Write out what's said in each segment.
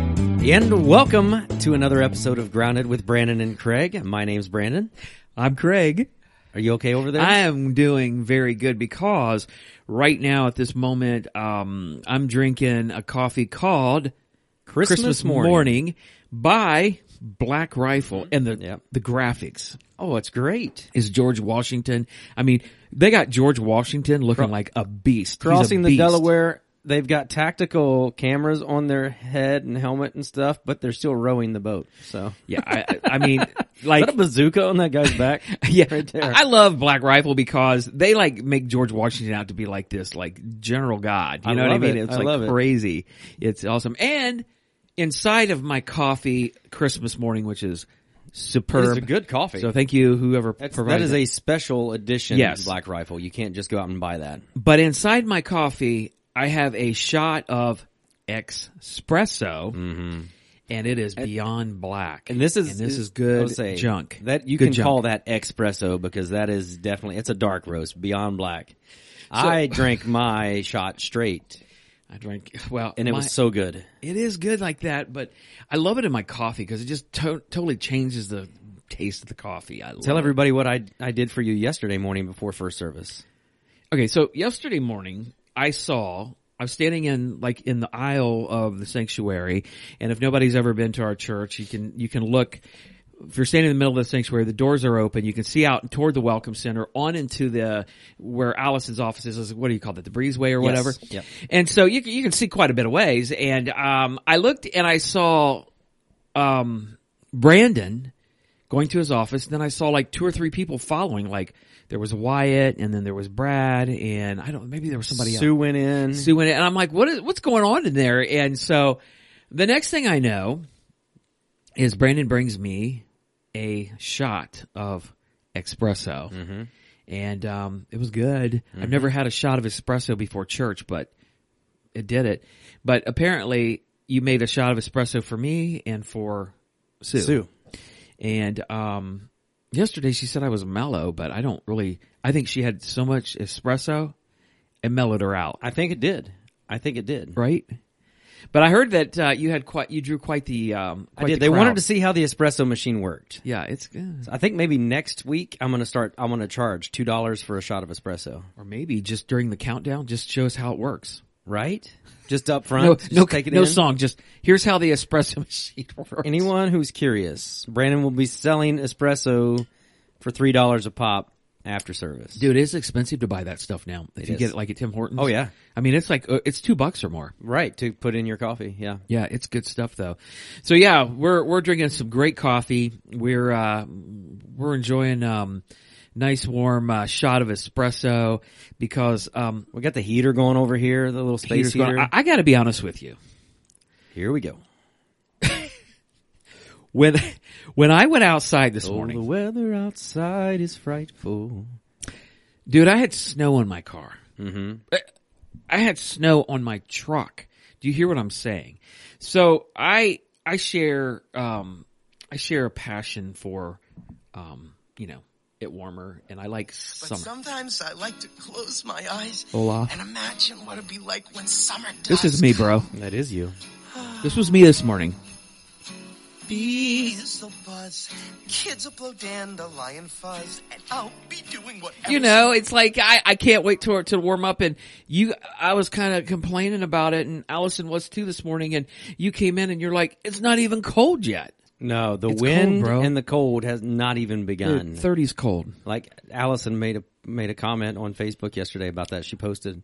And welcome to another episode of Grounded with Brandon and Craig. My name's Brandon. I'm Craig. Are you okay over there? I am doing very good because right now at this moment, um, I'm drinking a coffee called Christmas, morning. Morning by Black Rifle, and the Yep. the graphics Oh, it's great. is George Washington. I mean, they got George Washington looking like a beast. He's a Crossing the beast. Delaware, they've got tactical cameras on their head and helmet and stuff, but they're still rowing the boat. So, Yeah, I, I mean, Is like that a bazooka on that guy's back? Yeah, right there. I love Black Rifle because they like make George Washington out to be like this, like general god. You I know what I love mean? it. It's I like love it. crazy. It's awesome. And inside of my coffee, Christmas morning, which is superb. It's a good coffee. So thank you, whoever That's, that provided is a special edition Yes. Black Rifle. You can't just go out and buy that. But inside my coffee, I have a shot of espresso, and it is beyond black. Mm-hmm. And this is this is I good would say, junk. That you Good can junk. call that espresso because that is definitely it's a dark roast beyond black. I drank my shot straight I drank well, and it my- was so good. It is good like that, but I love it in my coffee because it just to- totally changes the taste of the coffee. I love Tell it. everybody what I I did for you yesterday morning before first service. Okay, so yesterday morning I saw I was standing in like in the aisle of the sanctuary, and if nobody's ever been to our church, you can you can look. If you're standing in the middle of the sanctuary, the doors are open. You can see out toward the welcome center, on into the where Allison's office is. What do you call that? The breezeway or whatever. Yep. And so you can- you can see quite a bit of ways. And um, I looked and I saw um, Brandon going to his office. Then I saw like two or three people following. Like there was Wyatt, and then there was Brad, and I don't. Maybe there was somebody Sue went in. else. Sue, and, and I'm like, what is what's going on in there? And so the next thing I know is Brandon brings me a shot of espresso, and um, it was good. I've never had a shot of espresso before church, but it did it. But apparently, you made a shot of espresso for me and for Sue. Sue. And um, yesterday she said I was mellow, but I don't really. I think she had so much espresso, it mellowed her out, I think it did. I think it did. right? But I heard that uh, you had quite you drew quite the. Um, I did. They wanted to see how the espresso machine worked. Yeah, it's good. I think maybe next week I'm going to start I'm going to charge $2 for a shot of espresso, Or maybe just during the countdown, just show us how it works. right? Just up No, front. just no, take it no in. song. Just here's how the espresso machine works. Anyone who's curious, Brandon will be selling espresso for three dollars a pop after service. Dude, it's expensive to buy that stuff now. If you is. get it like at Tim Hortons. Oh, yeah. I mean, it's like, uh, it's two bucks or more. Right to put in your coffee. Yeah, Yeah, it's good stuff though. So yeah, we're we're drinking some great coffee. We're uh we're enjoying um nice warm uh, shot of espresso because um we got the heater going over here, the little space Peter's heater. going- I, I got to be honest with you. here we go. When when I went outside this morning, the weather outside is frightful. dude, I had snow on my car. Mm-hmm. I had snow on my truck. Do you hear what I'm saying? So I I share um I share a passion for um you know it warmer and I like But summer. sometimes I like to close my eyes Hola. and imagine what it'd be like when summer This is me, bro. That is you. This was me this morning. Bees will buzz, kids will blow dandelion fuzz, and I'll be doing whatever. You know, it's like I, I can't wait to to warm up. And you, I was kind of complaining about it, and Allison was too this morning. And you came in, and you're like, it's not even cold yet. No, the It's wind cold, bro. and the cold has not even begun. Thirties cold. like Allison made a made a comment on Facebook yesterday about that. She posted,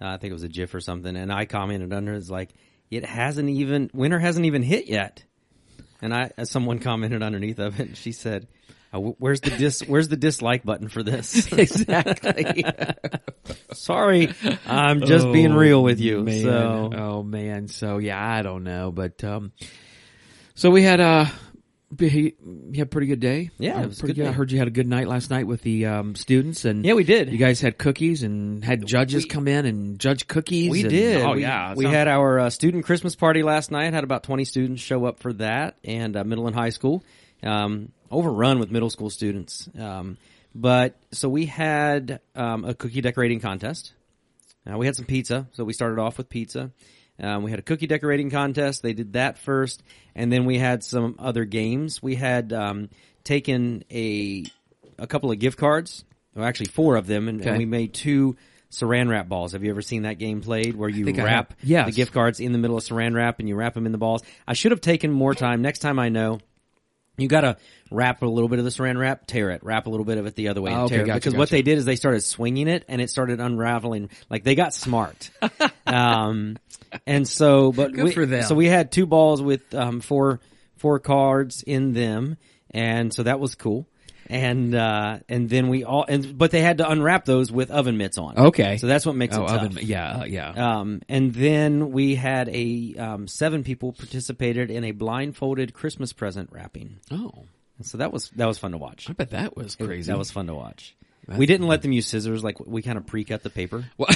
uh, I think it was a GIF or something, and I commented under it's like it hasn't even winter hasn't even hit yet. And I as someone commented underneath of it, she said, "Uh, wh- "Where's the dis Where's the dislike button for this?" exactly. Sorry, I'm just being real with you. Oh, Man. So oh man. So yeah, I don't know, but um, so we had uh, be- you had a pretty good day. Yeah, Uh, it was a pretty good I day. heard you had a good night last night with the um students, and yeah, we did. You guys had cookies and had judges We- come in and judge cookies. We and- did. Oh we, yeah, we had our uh, student Christmas party last night. Had about twenty students show up for that, and uh, middle and high school um, overrun with middle school students. Um, but so we had um, a cookie decorating contest. Uh, we had some pizza, so we started off with pizza. Um, we had a cookie decorating contest. They did that first, and then we had some other games. We had um, taken a a couple of gift cards, well, actually four of them, and, and Okay. we made two saran wrap balls. Have you ever seen that game played where you think I wrap have. Yes. the gift cards in the middle of saran wrap and you wrap them in the balls? I should have taken more time. Next time I know. You gotta wrap a little bit of the saran wrap, tear it, wrap a little bit of it the other way, and Oh, okay, tear it. gotcha, because what gotcha. they did is they started swinging it and it started unraveling. Like they got smart. um, and so, but Good we, for them. so we had two balls with um, four four cards in them, and so that was cool. And uh, and then we all and but they had to unwrap those with oven mitts on. Okay. so that's what makes Oh, it tough. oven. Yeah, uh, yeah. Um, and then we had a um, seven people participated in a blindfolded Christmas present wrapping. oh, And so that was that was fun to watch. I bet that was crazy. That was fun to watch. we didn't let them use scissors. Like we kind of pre-cut the paper. Well,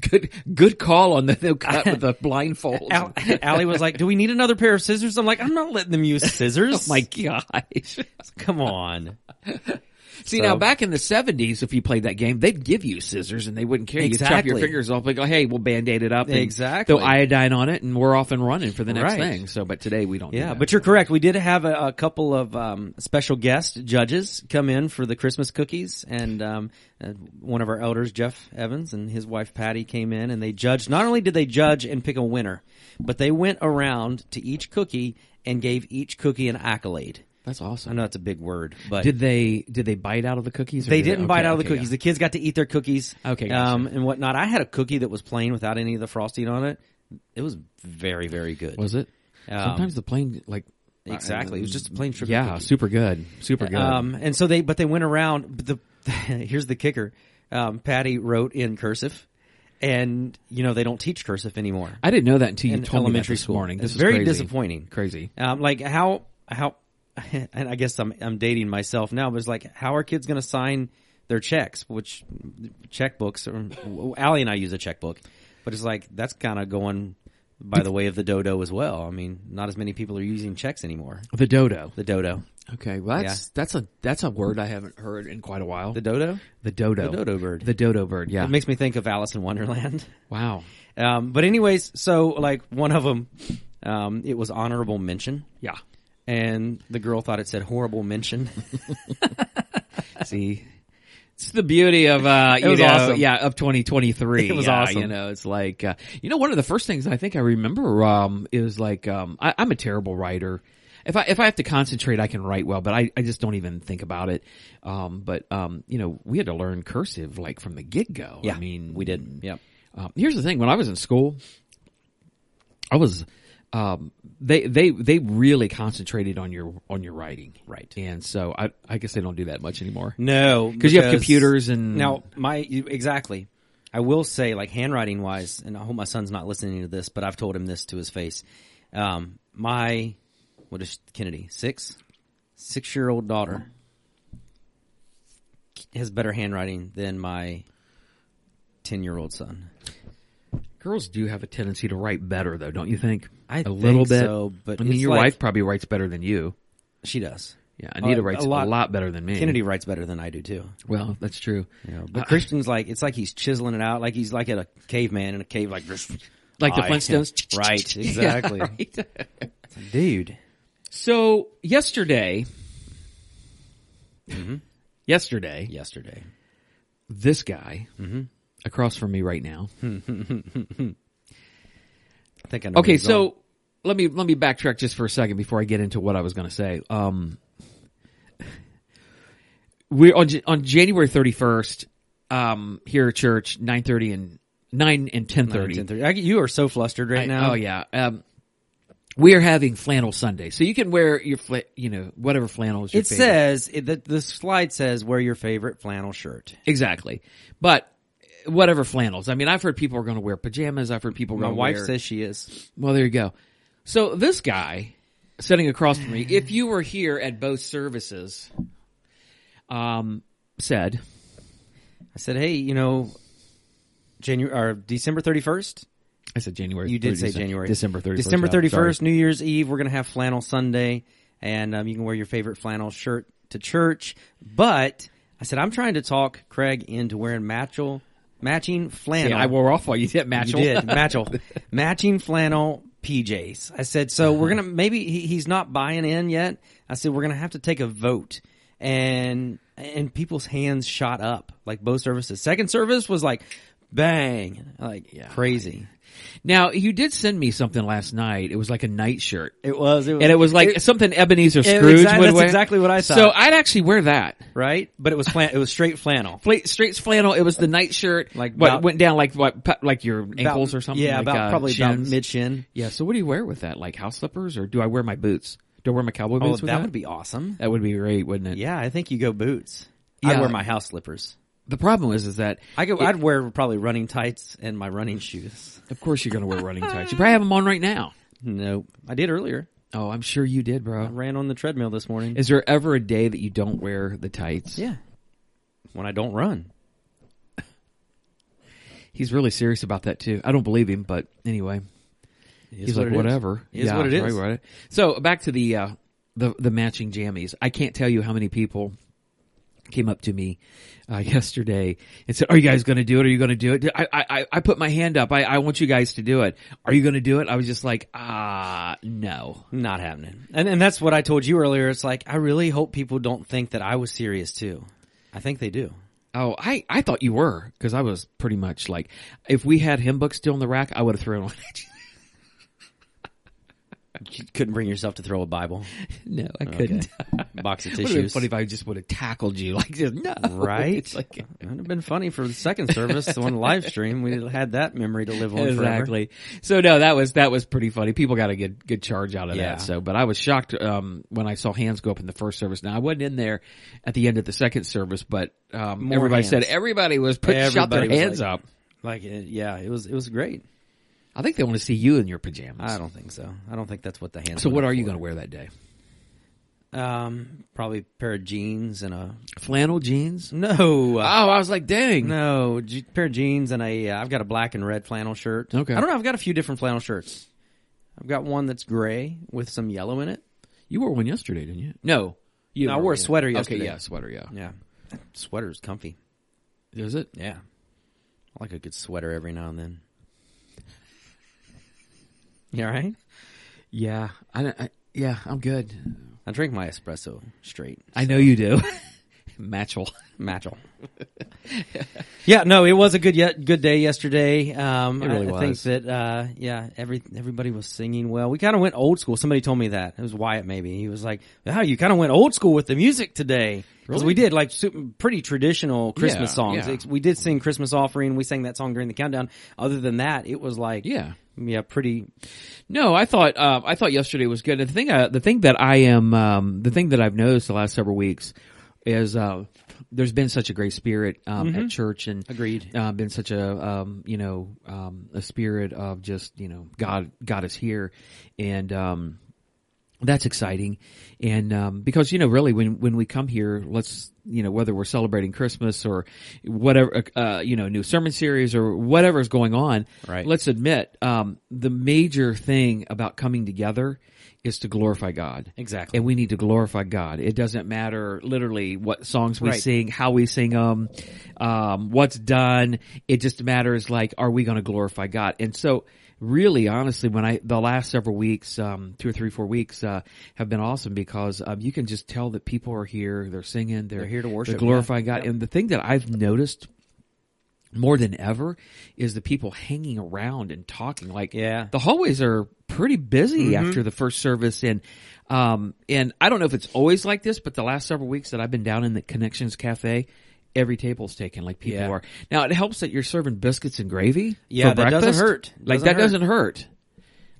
good. Good call on the they'll cut with the blindfold. Al- Allie was like, "Do we need another pair of scissors?" I'm like, "I'm not letting them use scissors." Oh My gosh. Oh come on. See So- now, back in the seventies, if you played that game, they'd give you scissors and they wouldn't care. You chop your Exactly. fingers off, like, oh, hey, we'll band-aid it up, and Exactly. Throw iodine on it, and we're off and running for the next Right. thing. So, but today we don't. do Yeah, that. but you're correct. We did have a, a couple of um, special guest judges come in for the Christmas cookies, and um, uh, one of our elders, Jeff Evans, and his wife Patty came in, and they judged. Not only did they judge and pick a winner, but they went around to each cookie and gave each cookie an accolade. that's I awesome. know that's a big word, but Did they did they bite out of the cookies? or They did didn't bite okay, out of the okay, cookies. The kids got to eat their cookies, Okay, gotcha. um, and whatnot. I had a cookie that was plain without any of the frosting on it. It was very, very good. yeah. Was it? Um, Sometimes the plain like exactly. It was just a plain sugar. yeah, cookie. super good, super good. Um, and so they, but they went around. but The here's the kicker: um, Patty wrote in cursive, and you know they don't teach cursive anymore. I didn't know that until you in told me that elementary this school. morning. This it's is very crazy. disappointing. Crazy. Um, like how how, and I guess I'm I'm dating myself now, but it's like how are kids going to sign their checks? Which checkbooks? Or, Allie and I use a checkbook, but it's like that's kind of going by the way of the dodo as well. I mean, not as many people are using checks anymore. The dodo. The dodo, Okay, well that's that's a that's a word I haven't heard in quite a while. the dodo. The dodo. The dodo bird. The dodo bird. Yeah. It makes me think of Alice in Wonderland. wow. Um, but anyways, so like one of them, um, it was honorable mention, Yeah. and the girl thought it said horrible mention. See, it's the beauty of uh, you was know, awesome. yeah, of 2023. It was Yeah, awesome. You know, it's like uh, you know, one of the first things I think I remember um, is like um, I, I'm a terrible writer. If I if I have to concentrate, I can write well, but I, I just don't even think about it. Um, but um, you know, we had to learn cursive like from the get go. Yeah, I mean, we did. Yep. Um, here's the thing: when I was in school, I was um, they they they really concentrated on your on your writing, Right. And so I I guess they don't do that much anymore. No, 'Cause you have computers and- now my you- exactly. I will say, like handwriting wise, and I hope my son's not listening to this, but I've told him this to his face. Um, my what is Kennedy six six year old daughter has better handwriting than my ten year old son. Girls do have a tendency to write better, though, don't you think? I a think little bit. so, but I mean, it's your like- wife probably writes better than you. She does. Yeah, Anita Uh, writes a lot- better than me. Kennedy writes better than I do too. Well, that's true. Uh, You know, but Christian's like it's like he's chiseling it out, like he's like at a caveman in a cave, like just Like the I- Flintstones. right? Exactly, Yeah, right. dude. So yesterday, Mm-hmm. yesterday, Yesterday, this guy Mm-hmm. across from me right now. I think I know. where Okay, he's going. so let me let me backtrack just for a second before I get into what I was going to say. Um, we're on Ja- on January thirty first. Um, here at church, nine thirty and nine and ten thirty. 10:30. I- you are so flustered right now. Oh yeah. Um, we are having flannel Sunday, so you can wear your fla- you know whatever flannel is your It favorite. says it, the, the slide says wear your favorite flannel shirt. exactly, but. Whatever flannels. I mean, I've heard people are going to wear pajamas. I've heard people. are My gonna wife wear- says she is. Well, there you go. So this guy sitting across from me, if you were here at both services, um, said, I said, hey, you know, January or December thirty first. I said January. You did 30, say January, December 31st. December yeah, sorry. thirty first, New Year's Eve. We're gonna have flannel Sunday, and um, you can wear your favorite flannel shirt to church. But I said I'm trying to talk Craig into wearing matchel matching flannel. Yeah, I wore off while you did match. You did matchel, matching flannel PJs. I said, so we're gonna Uh-huh. maybe he, he's not buying in yet. I said we're gonna have to take a vote, and and people's hands shot up like both services. Second service was like bang, like crazy. Now you did send me something last night. It was like a nightshirt, It was, it was, and it was like something Ebenezer Scrooge exact- would that's wear. exactly what I So thought. I'd actually wear that. right, but it was flan- it was straight flannel. Fla- straight flannel. It was the nightshirt. Like what about- went down like what pu- like your About- ankles or something. Yeah, like, about uh, probably shins. about mid shin. Yeah. So what do you wear with that? Like house slippers, or do I wear my boots? Do I wear my cowboy Oh, boots that, with that? would be awesome. that would be great, wouldn't it? Yeah, I think you go boots. Yeah. I wear my house slippers. The problem is, is that I go. I'd wear probably running tights and my running shoes. of course you're going to wear running tights. You probably have them on right now. Nope, I did earlier. Oh, I'm sure you did, bro. Ran on the treadmill this morning. Is there ever a day that you don't wear the tights? yeah, when I don't run. He's really serious about that too. I don't believe him, but anyway. He's like, whatever. Is what it it's is. right, right. So back to the, uh, the, the matching jammies. I can't tell you how many people came up to me, uh, yesterday and said, are you guys going to do it? Are you going to do it? I, I, I- I put my hand up. I, I want you guys to do it. Are you going to do it? I was just like, ah, no. Not happening. And and that's what I told you earlier. It's like I really hope people don't think that I was serious too. I think they do. Oh, I, I thought you were because I was pretty much like, if we had hymn books still in the rack, I would have thrown one at you. You couldn't bring yourself to throw a Bible, No, I couldn't. box of It would have been tissues. funny if I just would have tackled you like just no, Right? It's like That'd have been funny for the second service, the one live stream. We had that memory to live on forever. exactly. So no, that was that was pretty funny. People got a good good charge out of Yeah. that. So, but I was shocked um, when I saw hands go up in the first service. Now I wasn't in there at the end of the second service, but um, More everybody hands. said everybody was put, shot their Everybody was hands like- up. Like, it- yeah, it was it was great. I think they want to see you in your pajamas. I don't think so. I don't think that's what the hands. so were what meant are you for. going to wear that day? Um, probably a pair of jeans and a Flannel jeans. no, Oh, I was like, dang. no, je- pair of jeans and a. Uh, I've got a black and red flannel shirt. Okay. I don't know. I've got a few different flannel shirts. I've got one that's gray with some yellow in it. You wore one yesterday, didn't you? No, you. No, I wore didn't wear a one. sweater yesterday. Okay, yeah, sweater. Yeah, Yeah, That sweater's comfy. is it? Yeah, I like a good sweater every now and then. You all right? Yeah, I, I yeah, I'm good. I drink my espresso straight. I know you do. Matchel. Matchel. yeah, no, it was a good yet good day yesterday. Um, It really I, I was. think that uh, yeah, every everybody was singing well. We kind of went old school. Somebody told me that it was Wyatt. Maybe he was like, "Wow, you kind of went old school with the music today." Because Really? we did like su- pretty traditional Christmas Yeah, songs. yeah. Ex- We did sing Christmas offering. We sang that song during the countdown. Other than that, it was like Yeah. yeah, pretty No, I thought uh, I thought yesterday was good. And the thing I, the thing that I am um, the thing that I've noticed the last several weeks is uh, there's been such a great spirit um, at church and Mm-hmm. Agreed. Uh, been such a um, you know um, a spirit of just you know God God is here and. Um, that's exciting and um, because you know really when when we come here let's you know whether we're celebrating christmas or whatever uh, you know new sermon series or whatever's going on Right. let's admit um, the major thing about coming together is to glorify god Exactly. and we need to glorify god it doesn't matter literally what songs we Right. sing how we sing them um, what's done it just matters like are we going to glorify god and so really honestly when i the last several weeks um two or three four weeks uh have been awesome because um you can just tell that people are here they're singing they're, They're here to worship, they're glorifying god and the thing that i've noticed more than ever is the people hanging around and talking like Yeah. Mm-hmm. the hallways are pretty busy after the first service and um and i don't know if it's always like this but the last several weeks that i've been down in the connections cafe every table's taken like people Yeah. are now it helps that you're serving biscuits and gravy Yeah, for that doesn't breakfast. hurt. like Doesn't that hurt. doesn't hurt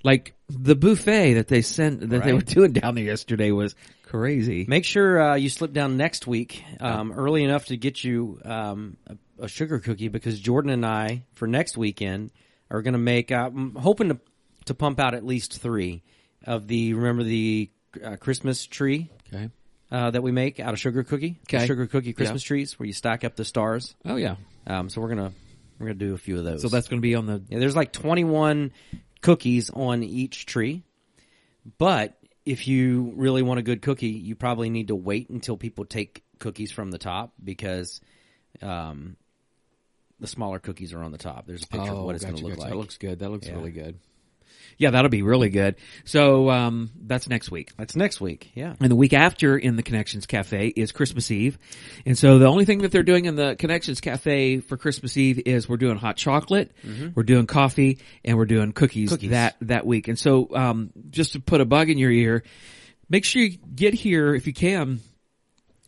like the buffet that they sent that they Right. were doing down there yesterday was crazy Make sure uh, you slip down next week um, early enough to get you um, a, a sugar cookie because Jordan and I for next weekend are going to make. Uh, I'm hoping to to pump out at least three of the remember the uh, Christmas tree okay uh, that we make out of sugar cookie, The Okay. sugar cookie Christmas trees where you stack up the stars. oh yeah Um, so we're gonna we're gonna do a few of those. so that's going to be on the Yeah, there's like 21 cookies on each tree. But if you really want a good cookie, you probably need to wait until people take cookies from the top because um, the smaller cookies are on the top. There's a picture of what it's Oh, going gotcha, to look gotcha. like. That looks good. That looks Yeah. really good. Yeah, that'll be really good. So um, that's next week. That's next week. Yeah. And the week after in the Connections Cafe is Christmas Eve. And so the only thing that they're doing in the Connections Cafe for Christmas Eve is we're doing hot chocolate, we're doing coffee, and we're doing cookies, Mm-hmm. Cookies. that, that week. And so, um, just to put a bug in your ear, make sure you get here if you can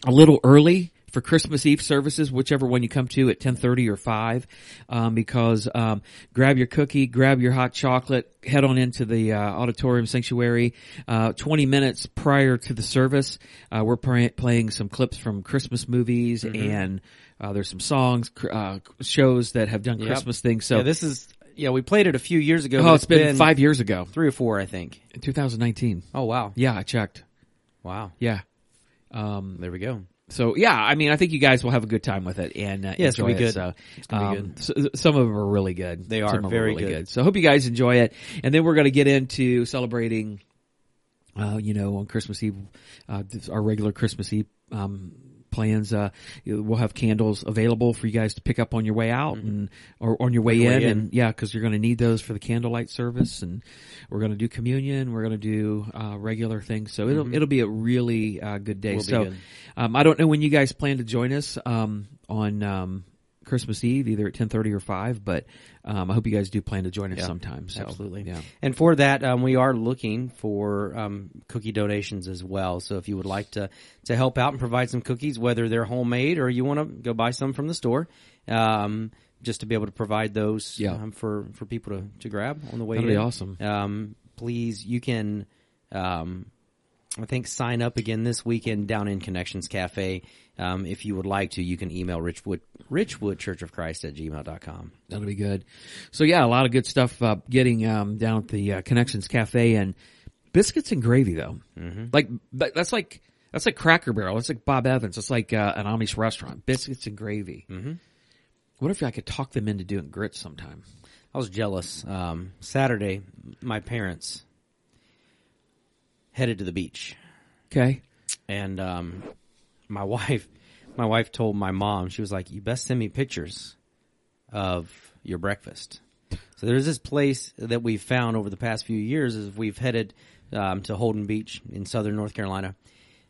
a little early for Christmas Eve services, whichever one you come to at 1030 or 5, um, because, um, grab your cookie, grab your hot chocolate, head on into the, uh, auditorium sanctuary, uh, 20 minutes prior to the service. Uh, we're pray- playing some clips from Christmas movies Mm-hmm. and, uh, there's some songs, cr- uh, shows that have done Christmas things. So, Yeah, this is yeah. We played it a few years ago. but oh, it's been, five years ago, three or four, I think. 2019. Oh wow. Yeah, I checked. Wow. Yeah. Um, There we go. So yeah, I mean, I think you guys will have a good time with it and uh, Yeah, it's enjoy gonna be it. good. So, It's gonna be um, so- some of them are really good. They are Some of 'em very really good. So hope you guys enjoy it, and then we're going to get into celebrating. Uh, you know, on Christmas Eve, uh, this- our regular Christmas Eve um, plans. Uh, you- we'll have candles available for you guys to pick up on your way out and or on your way, Mm-hmm. your in, way in. and yeah, because you're going to need those for the candlelight service, and we're going to do communion. We're going to do uh, regular things. So Mm-hmm. it'll it'll be a really uh, good day. Will be so good. um, I don't know when you guys plan to join us um, on um, Christmas Eve, either at ten thirty or five. But um, I hope you guys do plan to join us sometime. So, Absolutely. yeah. And for that, um, we are looking for um, cookie donations as well. So if you would like to to help out and provide some cookies, whether they're homemade or you want to go buy some from the store, um, just to be able to provide those Yeah. um, for for people to, to grab on the way. That'd be in. awesome. Um, please, you can. Um, I think sign up again this weekend down in Connections Cafe. Um, if you would like to, you can email Richwood, Richwood Church of Christ at gmail.com. That'll be good. So yeah, a lot of good stuff uh, getting um, down at the uh, Connections Cafe and biscuits and gravy though. Mm-hmm. Like but that's like that's like Cracker Barrel. That's like Bob Evans. That's like uh, an Amish restaurant. Biscuits and gravy. Mm-hmm. What if I could talk them into doing grits sometime? I was jealous. Um, Saturday, my parents headed to the beach, Okay. and um, my wife, my wife told my mom, she was like, "You best send me pictures of your breakfast." So there's this place that we've found over the past few years as we've headed um, to Holden Beach in southern North Carolina.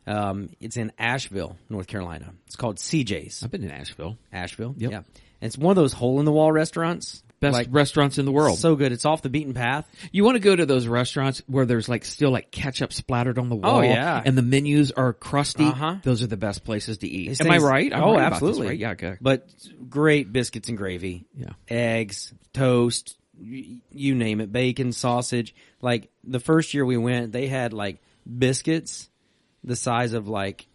Um, it's in Asheville, North Carolina. It's called CJ's I've been in Asheville. Asheville. Yep. Yeah, and it's one of those hole in the wall restaurants. Best Like, restaurants in the world. so good. It's off the beaten path. You want to go to those restaurants where there's like still like ketchup splattered on the wall, Oh, yeah. and the menus are crusty. Uh-huh. Those are the best places to eat. These Am I things- right? I'm oh, right about this, absolutely. right? Yeah. Okay. But great biscuits and gravy. Yeah. Eggs, toast, y- you name it, bacon, sausage. Like the first year we went, they had like biscuits the size of like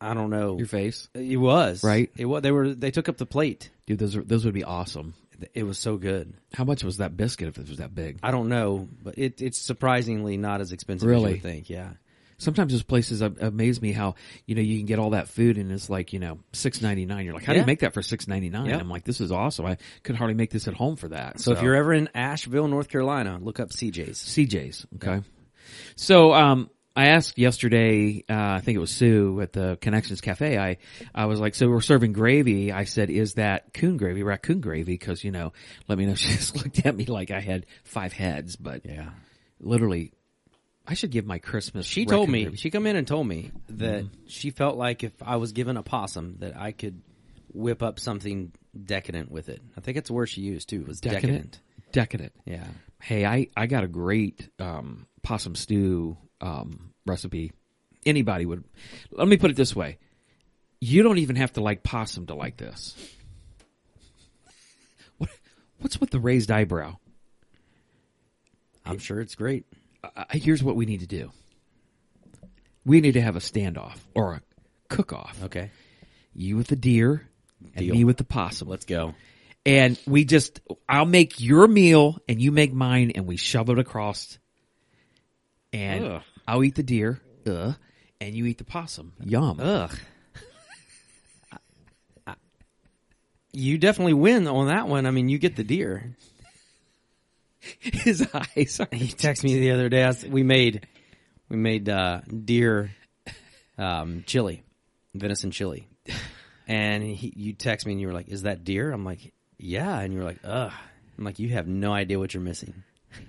I don't know. Your face, It was. Right. It was they were they took up the plate. dude. Those are, those would be awesome. It was so good. How much was that biscuit if it was that big? I don't know, but it, it's surprisingly not as expensive as Really? you would think. Yeah. Sometimes those places am- amaze me how, you know, you can get all that food and it's like, you know, six ninety nine. You're like, how do you Yeah. make that for six ninety nine? Yeah. I'm like, this is awesome. I could hardly make this at home for that. So, if you're ever in Asheville, North Carolina, look up CJ's. CJ's. Okay. So, um, I asked yesterday, uh, I think it was Sue at the Connections Cafe. I, I was like, so we're serving gravy. I said, is that coon gravy, raccoon gravy? Cause, you know, let me know. She just looked at me like I had five heads, but Yeah. literally, I should give my Christmas. She told raccoon me gravy. she come in and told me that she felt like if I was given a possum that I could whip up something decadent with it. I think it's the word she used too was decadent. Decadent. Yeah. Hey, I, I got a great um, possum stew um, recipe. Anybody would. Let me put it this way: you don't even have to like possum to like this. What what's with the raised eyebrow? I'm sure it's great. Uh, here's what we need to do. We need to have a standoff or a cook-off. Okay. You with the deer, and Deal. me with the possum. Let's go. and we just I'll make your meal and you make mine and we shovel it across and Ugh. I'll eat the deer Ugh. and you eat the possum. Yum. Ugh. You definitely win on that one. I mean, you get the deer. His eyes are He texted me the other day. I was- we made we made uh, deer um, chili, venison chili, And he, you text me and you were like, "Is that deer?" I'm like, "Yeah," and you were like, "Ugh." I'm like, "You have no idea what you're missing."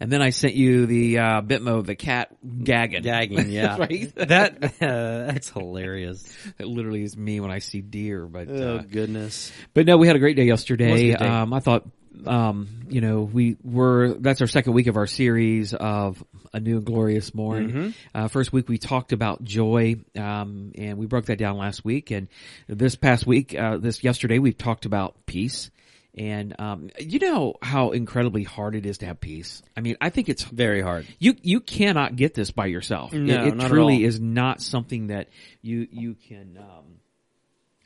And then I sent you the uh, Bitmo, the cat gagging. Gagging, yeah. Right. That uh, that's hilarious. That literally is me when I see deer. But Oh, uh, goodness. But no, we had a great day was a yesterday. good day. Um, I thought, um, you know, we were, that's our second week of our series of A New and Glorious Morn. Mm-hmm. Uh, first week we talked about joy, um, and we broke that down last week. And this past week, uh, this yesterday, we talked about peace. And, um, you know how incredibly hard it is to have peace. I mean, I think it's Very hard. you you cannot get this by yourself. It- No, it not at truly all. is not something that you you can um,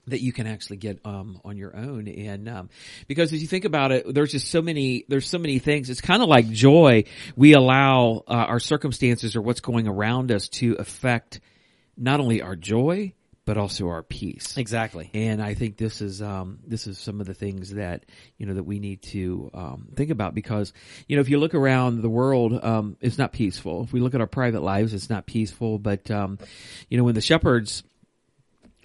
that you can actually get um, on your own. And um, because as you think about it, there's just so many there's so many things. It's kind of like joy. We allow uh, our circumstances or what's going around us to affect not only our joy but also our peace. Exactly. And I think this is um, this is some of the things that you know that we need to um, think about because you know if you look around the world, um, it's not peaceful. If we look at our private lives, it's not peaceful. But um, you know when the shepherds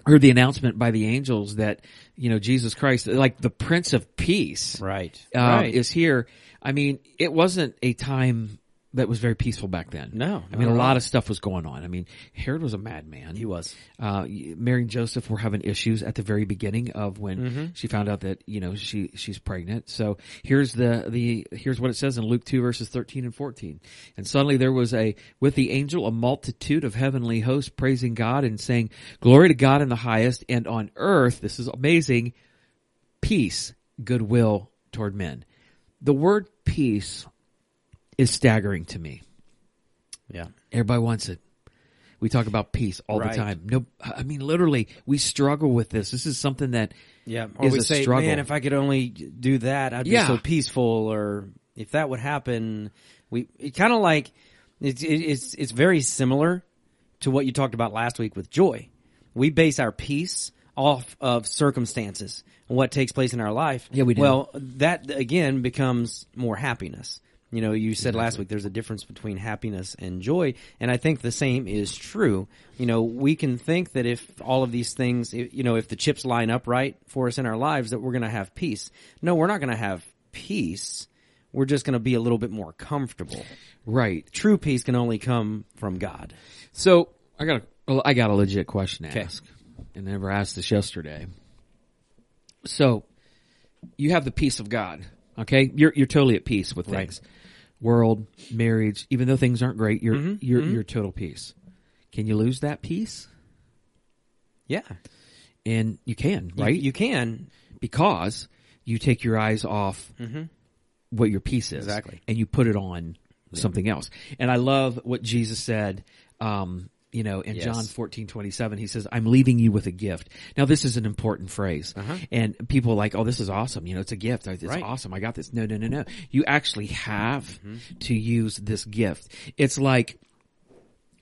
heard the announcement by the angels that you know Jesus Christ, like the Prince of Peace, Right. um, right. is here. I mean, it wasn't a time that was very peaceful back then. No, I mean, not a at lot all. of stuff was going on. I mean, Herod was a madman. He was. Uh, Mary and Joseph were having issues at the very beginning of when she found out that you know she she's pregnant. So here's the the here's what it says in Luke two verses thirteen and fourteen. And suddenly there was a with the angel a multitude of heavenly hosts praising God and saying, "Glory to God in the highest, and on earth this is amazing, peace, goodwill toward men." The word peace is staggering to me. Yeah. Everybody wants it. We talk about peace all Right. the time. No, I mean literally, we struggle with this. This is something that Yeah. Or is we a say, struggle. man, if I could only do that, I'd Yeah. be so peaceful. Or if that would happen, we it kind of like it's it, it's it's very similar to what you talked about last week with joy. We base our peace off of circumstances and what takes place in our life. Yeah, we do. Well, that again becomes more happiness. You know, you said last week there's a difference between happiness and joy, and I think the same is true. You know, we can think that if all of these things, i- you know, if the chips line up right for us in our lives, that we're going to have peace. No, we're not going to have peace. We're just going to be a little bit more comfortable. right. True peace can only come from God. So I got a I got a legit question to Okay. ask, and I never asked this yesterday. So you have the peace of God. Okay, you're you're totally at peace with things, world, marriage. Even though things aren't great, you're Mm-hmm. you're you're total peace. Can you lose that peace? Yeah, And you can, You- right? You, can. Mm-hmm. because you take your eyes off what your piece is Exactly. and you put it on something else and i love what jesus said um you know in Yes. john fourteen twenty seven, he says i'm leaving you with a gift now this is an important phrase and people are like oh this is awesome you know it's a gift it's Uh-huh. Right. awesome i got this no no no no you actually have Mm-hmm. to use this gift it's like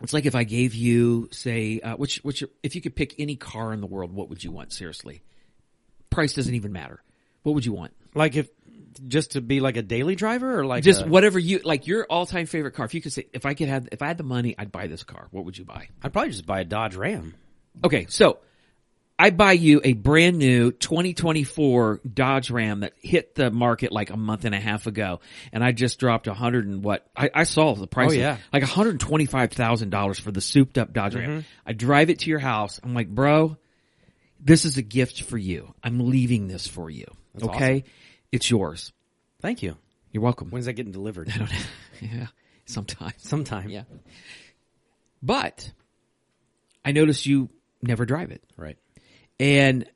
it's like if I gave you, say, uh, which, which, if you could pick any car in the world, what would you want? Seriously, price doesn't even matter. What would you want? Like if just to be like a daily driver or like Just a- whatever you like, your all-time favorite car. If you could say, if I could have, if I had the money, I'd buy this car. What would you buy? I'd probably just buy a Dodge Ram. Okay, so I buy you a brand new 2024 Dodge Ram that hit the market like a month and a half ago, and I just dropped a hundred and what I, I saw the price. Oh, of- yeah. like one hundred twenty-five thousand dollars for the souped-up Dodge Ram. Mm-hmm. I drive it to your house. I'm like, bro, this is a gift for you. I'm leaving this for you. okay, it's yours. Thank you. You're welcome. When's that getting delivered? yeah, sometimes. Sometime. Yeah, but I notice you never drive it. Right. and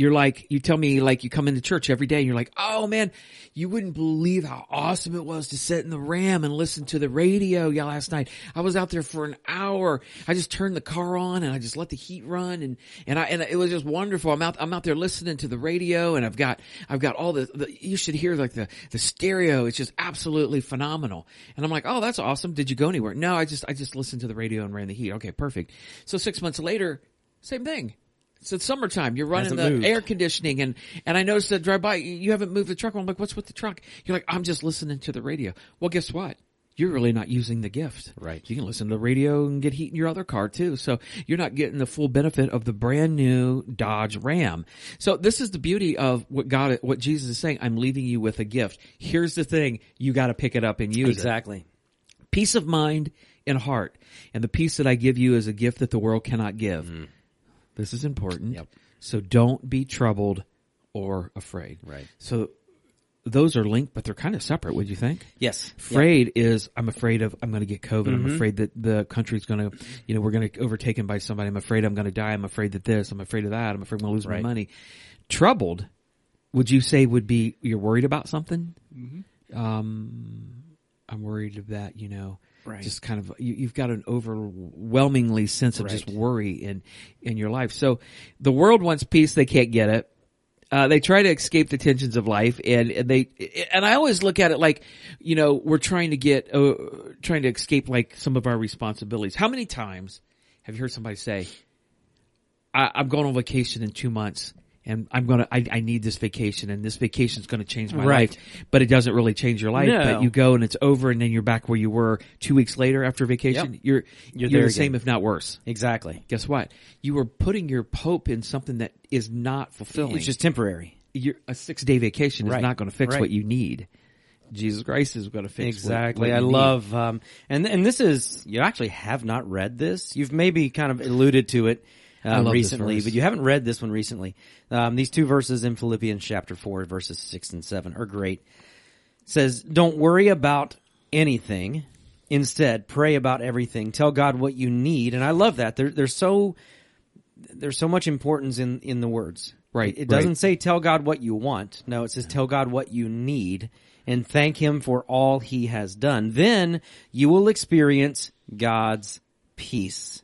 you're like, you tell me like you come into church every day and you're like, oh man, you wouldn't believe how awesome it was to sit in the Ram and listen to the radio. Yeah, last night I was out there for an hour. I just turned the car on and I just let the heat run and, and I, and it was just wonderful. I'm out, I'm out there listening to the radio and I've got, I've got all the, the you should hear like the, the stereo. It's just absolutely phenomenal. And I'm like, oh, that's awesome. Did you go anywhere? No, I just, I just listened to the radio and ran the heat. Okay, perfect. So six months later, same thing. So it's summertime. You're running Hasn't the moved. air conditioning, and and I noticed that drive by. You haven't moved the truck. I'm like, what's with the truck? You're like, I'm just listening to the radio. Well, guess what? you're really not using the gift. Right. You can listen to the radio and get heat in your other car too. So you're not getting the full benefit of the brand new Dodge Ram. So this is the beauty of what God, what Jesus is saying. I'm leaving you with a gift. Here's the thing. You got to pick it up and use it Exactly. peace of mind and heart. And the peace that I give you is a gift that the world cannot give. This is important. Mm. Yep. So don't be troubled or afraid. Right. So those are linked, but they're kind of separate, would you think? Yes. Afraid is I'm afraid of I'm going to get COVID. Mm-hmm. I'm afraid that the country's going to, you know, we're going to get overtaken by somebody. I'm afraid I'm going to die. I'm afraid that this. I'm afraid of that. I'm afraid I'm going to lose Right. my money. Troubled, would you say would be you're worried about something? I'm worried of that, you know. Right. Just kind of you, you've got an overwhelmingly sense of just Right. worry in in your life. So the world wants peace; they can't get it. Uh, they try to escape the tensions of life, and, and they and I always look at it like, you know, we're trying to get uh, trying to escape like some of our responsibilities. How many times have you heard somebody say, I, "I'm going on vacation in two months." And I'm gonna. I, I need this vacation, and this vacation's gonna change my Right. life. But it doesn't really change your life. No. But you go and it's over, and then you're back where you were two weeks later after vacation. Yep. You're You're you're, there the again. same, if not worse. Exactly. Guess what? You were putting your hope in something that is not fulfilling. It's just temporary. your, a six day vacation Right. is not going to fix Right. what you need. Jesus Christ is going to fix what- Exactly. What, I you need. love, um, and, and this is, you actually have not read this. You've maybe kind of alluded to it, uh, love this recently, verse. but you haven't read this one recently. Um, these two verses in Philippians chapter four, verses six and seven are great. It says, don't worry about anything. Instead, pray about everything. Tell God what you need. And I love that. There, there's so, there's so much importance in, in the words. Right, It doesn't right. say tell God what you want. No, it says tell God what you need and thank him for all he has done. Then you will experience God's peace,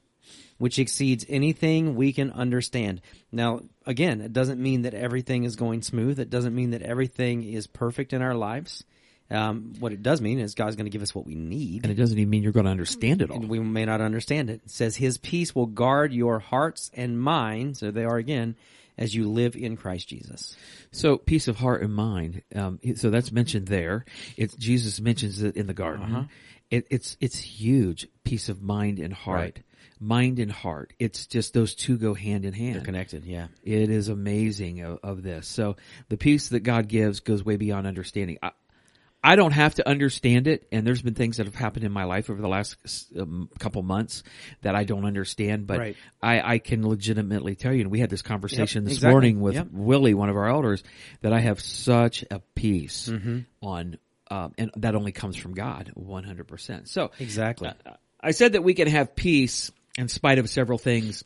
which exceeds anything we can understand. Now, again, it doesn't mean that everything is going smooth. It doesn't mean that everything is perfect in our lives. Um, what it does mean is God's going to give us what we need and it doesn't even mean you're going to understand it all. we may not understand it. It says his peace will guard your hearts and minds, there they are again, as you live in Christ Jesus. So peace of heart and mind. Um, so that's mentioned there. It's Jesus mentions it in the garden. Uh-huh. It, it's it's huge. Peace of mind and heart. Right. Mind and heart. It's just those two go hand in hand. They're connected, yeah. It is amazing of, of this. So the peace that God gives goes way beyond understanding. I, I don't have to understand it, and there's been things that have happened in my life over the last um, couple months that I don't understand, but Right. I, I can legitimately tell you. And we had this conversation Yep, this exactly. morning with Yep. Willie, one of our elders, that I have such a peace Mm-hmm. on, um, and that only comes from God, 100. percent So Exactly. I said that we can have peace in spite of several things.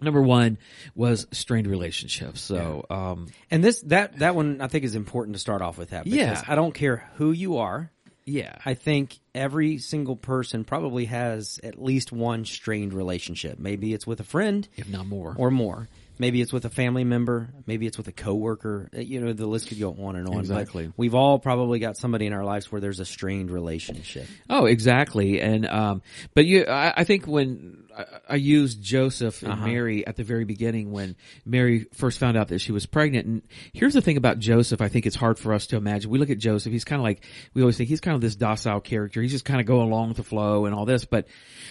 Number one was strained relationships. So, um, And this that that one I think is important to start off with that because Yeah. I don't care who you are. yeah, I think every single person probably has at least one strained relationship. Maybe it's with a friend, if not more. or more. Maybe it's with a family member. Maybe it's with a coworker. Uh, You know, the list could go on and on. but Exactly. we've all probably got somebody in our lives where there's a strained relationship. Oh, exactly. And, um, but you, I, I think when I, I used Joseph Uh-huh. and Mary at the very beginning when Mary first found out that she was pregnant. And here's the thing about Joseph. I think it's hard for us to imagine. We look at Joseph. He's kind of like, we always think he's kind of this docile character. He's just kind of go along with the flow and all this. But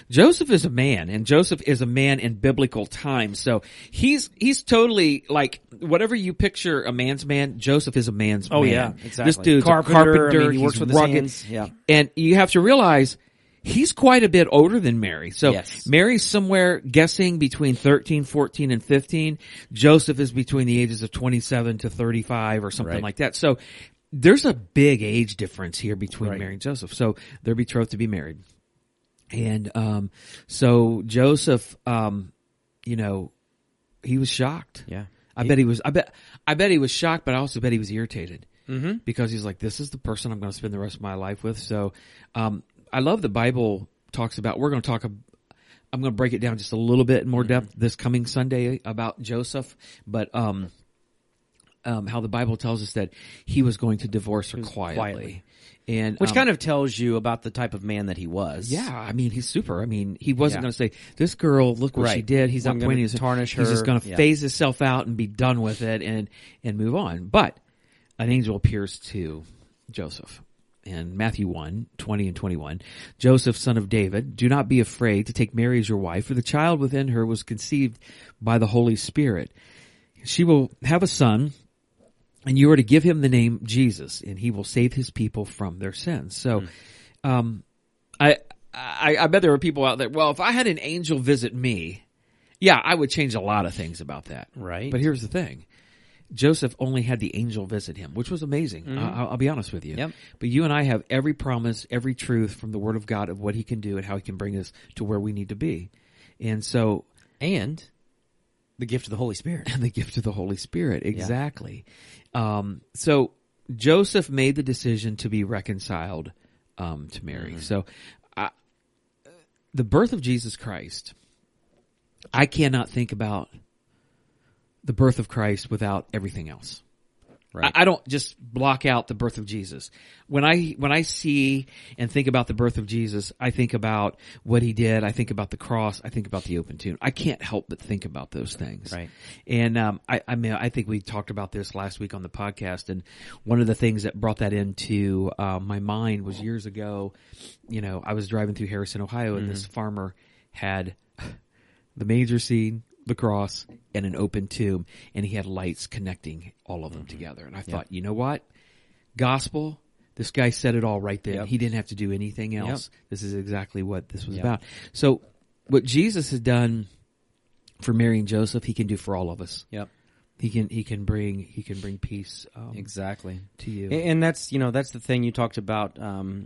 Joseph is a man and Joseph is a man in biblical times. So he's, he's totally like whatever you picture a man's man, Joseph is a man's Oh, man. yeah, This exactly. dude's Carpenter, I a carpenter. mean, he he's works with his rugged. hands, yeah. And you have to realize he's quite a bit older than Mary. So Yes. Mary's somewhere guessing between 13, 14, and 15. Joseph is between the ages of 27 to 35 or something Right. like that. So there's a big age difference here between Right. Mary and Joseph. So they're betrothed to be married. And, um, so Joseph, um, you know, he was shocked. Yeah. I bet he was. I bet. I bet he was shocked, but I also bet he was irritated mm-hmm. because he's like, "This is the person I'm going to spend the rest of my life with." So, um, I love the Bible talks about. We're going to talk. ab- I'm going to break it down just a little bit in more depth this coming Sunday about Joseph, but um, um, how the Bible tells us that he was going to divorce her quietly. quietly. and Which um, kind of tells you about the type of man that he was. yeah, I mean, he's super. I mean, he wasn't Yeah. going to say, "This girl, look what she Right. did." He's I'm not gonna pointing. He's tarnish He's her. just going to Yeah. phase himself out and be done with it and and move on. But an angel appears to Joseph, and Matthew 1, 20 and 21. Joseph, son of David, do not be afraid to take Mary as your wife, for the child within her was conceived by the Holy Spirit. She will have a son, and you are to give him the name Jesus, and he will save his people from their sins. So, Hmm. um, I, I, I bet there are people out there, well, if I had an angel visit me, yeah, I would change a lot of things about that. Right. But here's the thing. Joseph only had the angel visit him, which was amazing. I- I'll, I'll be honest with you. Hmm. Yep. But you and I have every promise, every truth from the word of God of what he can do and how he can bring us to where we need to be. And so and the gift of the Holy Spirit. and the gift of the Holy Spirit. Exactly. Um, so Joseph made the decision to be reconciled um, to Mary. So I, the birth of Jesus Christ, I cannot think about the birth of Christ without everything else. Right. I, I don't just block out the birth of Jesus. When I when I see and think about the birth of Jesus, I think about what he did. I think about the cross. I think about the open tomb. I can't help but think about those things. Right. And um, I, I mean, I think we talked about this last week on the podcast, and one of the things that brought that into uh, my mind was years ago. You know, I was driving through Harrison, Ohio, and Mm-hmm. this farmer had the major scene, the cross, and an open tomb, and he had lights connecting all of them Mm-hmm. together. And I thought, you know what? Gospel. This guy said it all right there. Yep. He didn't have to do anything else. This is exactly what this was about. So, what Jesus has done for Mary and Joseph, he can do for all of us. Yep. He can he can bring he can bring peace um, Exactly. to you. A- And that's you know that's the thing you talked about um,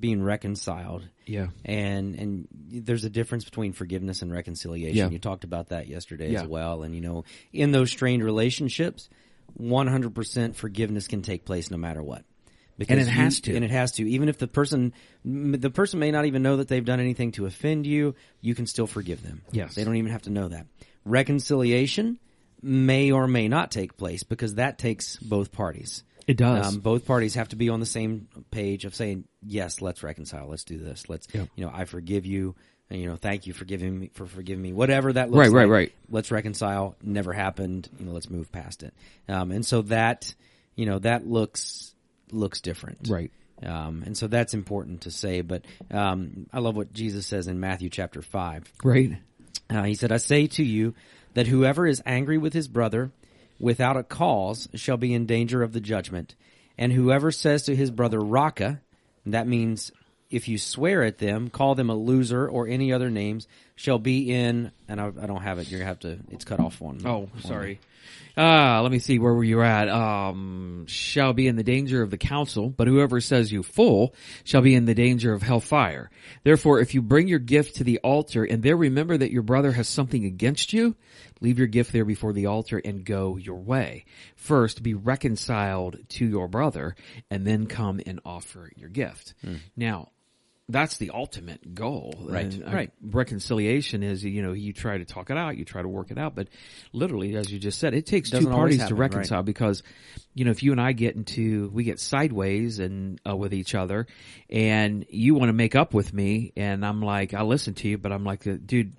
being reconciled. yeah. And and there's a difference between forgiveness and reconciliation. Yeah. You talked about that yesterday Yeah. as well. And you know, in those strained relationships, 100% forgiveness can take place no matter what. Because it has you- to. And it has to. Even if the person, m- the person may not even know that they've done anything to offend you, you can still forgive them. Yes. They don't even have to know that. Reconciliation may or may not take place because that takes both parties. It does. Um, both parties have to be on the same page of saying, yes, let's reconcile. Let's do this. Let's, Yeah. you know, I forgive you. And, you know, thank you for giving me, for forgiving me. Whatever that looks Right, right, like, right. Let's reconcile. Never happened. You know, let's move past it. Um, and so that, you know, that looks, looks different. Right. Um, and so that's important to say, but, um, I love what Jesus says in Matthew chapter five. Right. Uh, he said, I say to you that whoever is angry with his brother without a cause shall be in danger of the judgment. And whoever says to his brother, Raka, that means if you swear at them, call them a loser or any other names, shall be in, and I, I don't have it. You're going to have to, it's cut off one. Oh, sorry. Uh, let me see. Where were you at? Um, shall be in the danger of the council, but whoever says you full shall be in the danger of hellfire. Therefore, if you bring your gift to the altar and there remember that your brother has something against you, leave your gift there before the altar and go your way. First, be reconciled to your brother and then come and offer your gift. Now, that's the ultimate goal. Right, And, uh, right. Reconciliation is, you know, you try to talk it out, you try to work it out, but literally, as you just said, it takes Doesn't two always parties happen, to right. reconcile because, you know, if you and I get into, we get sideways and uh, with each other and you want to make up with me and I'm like, I listen to you, but I'm like, uh, dude,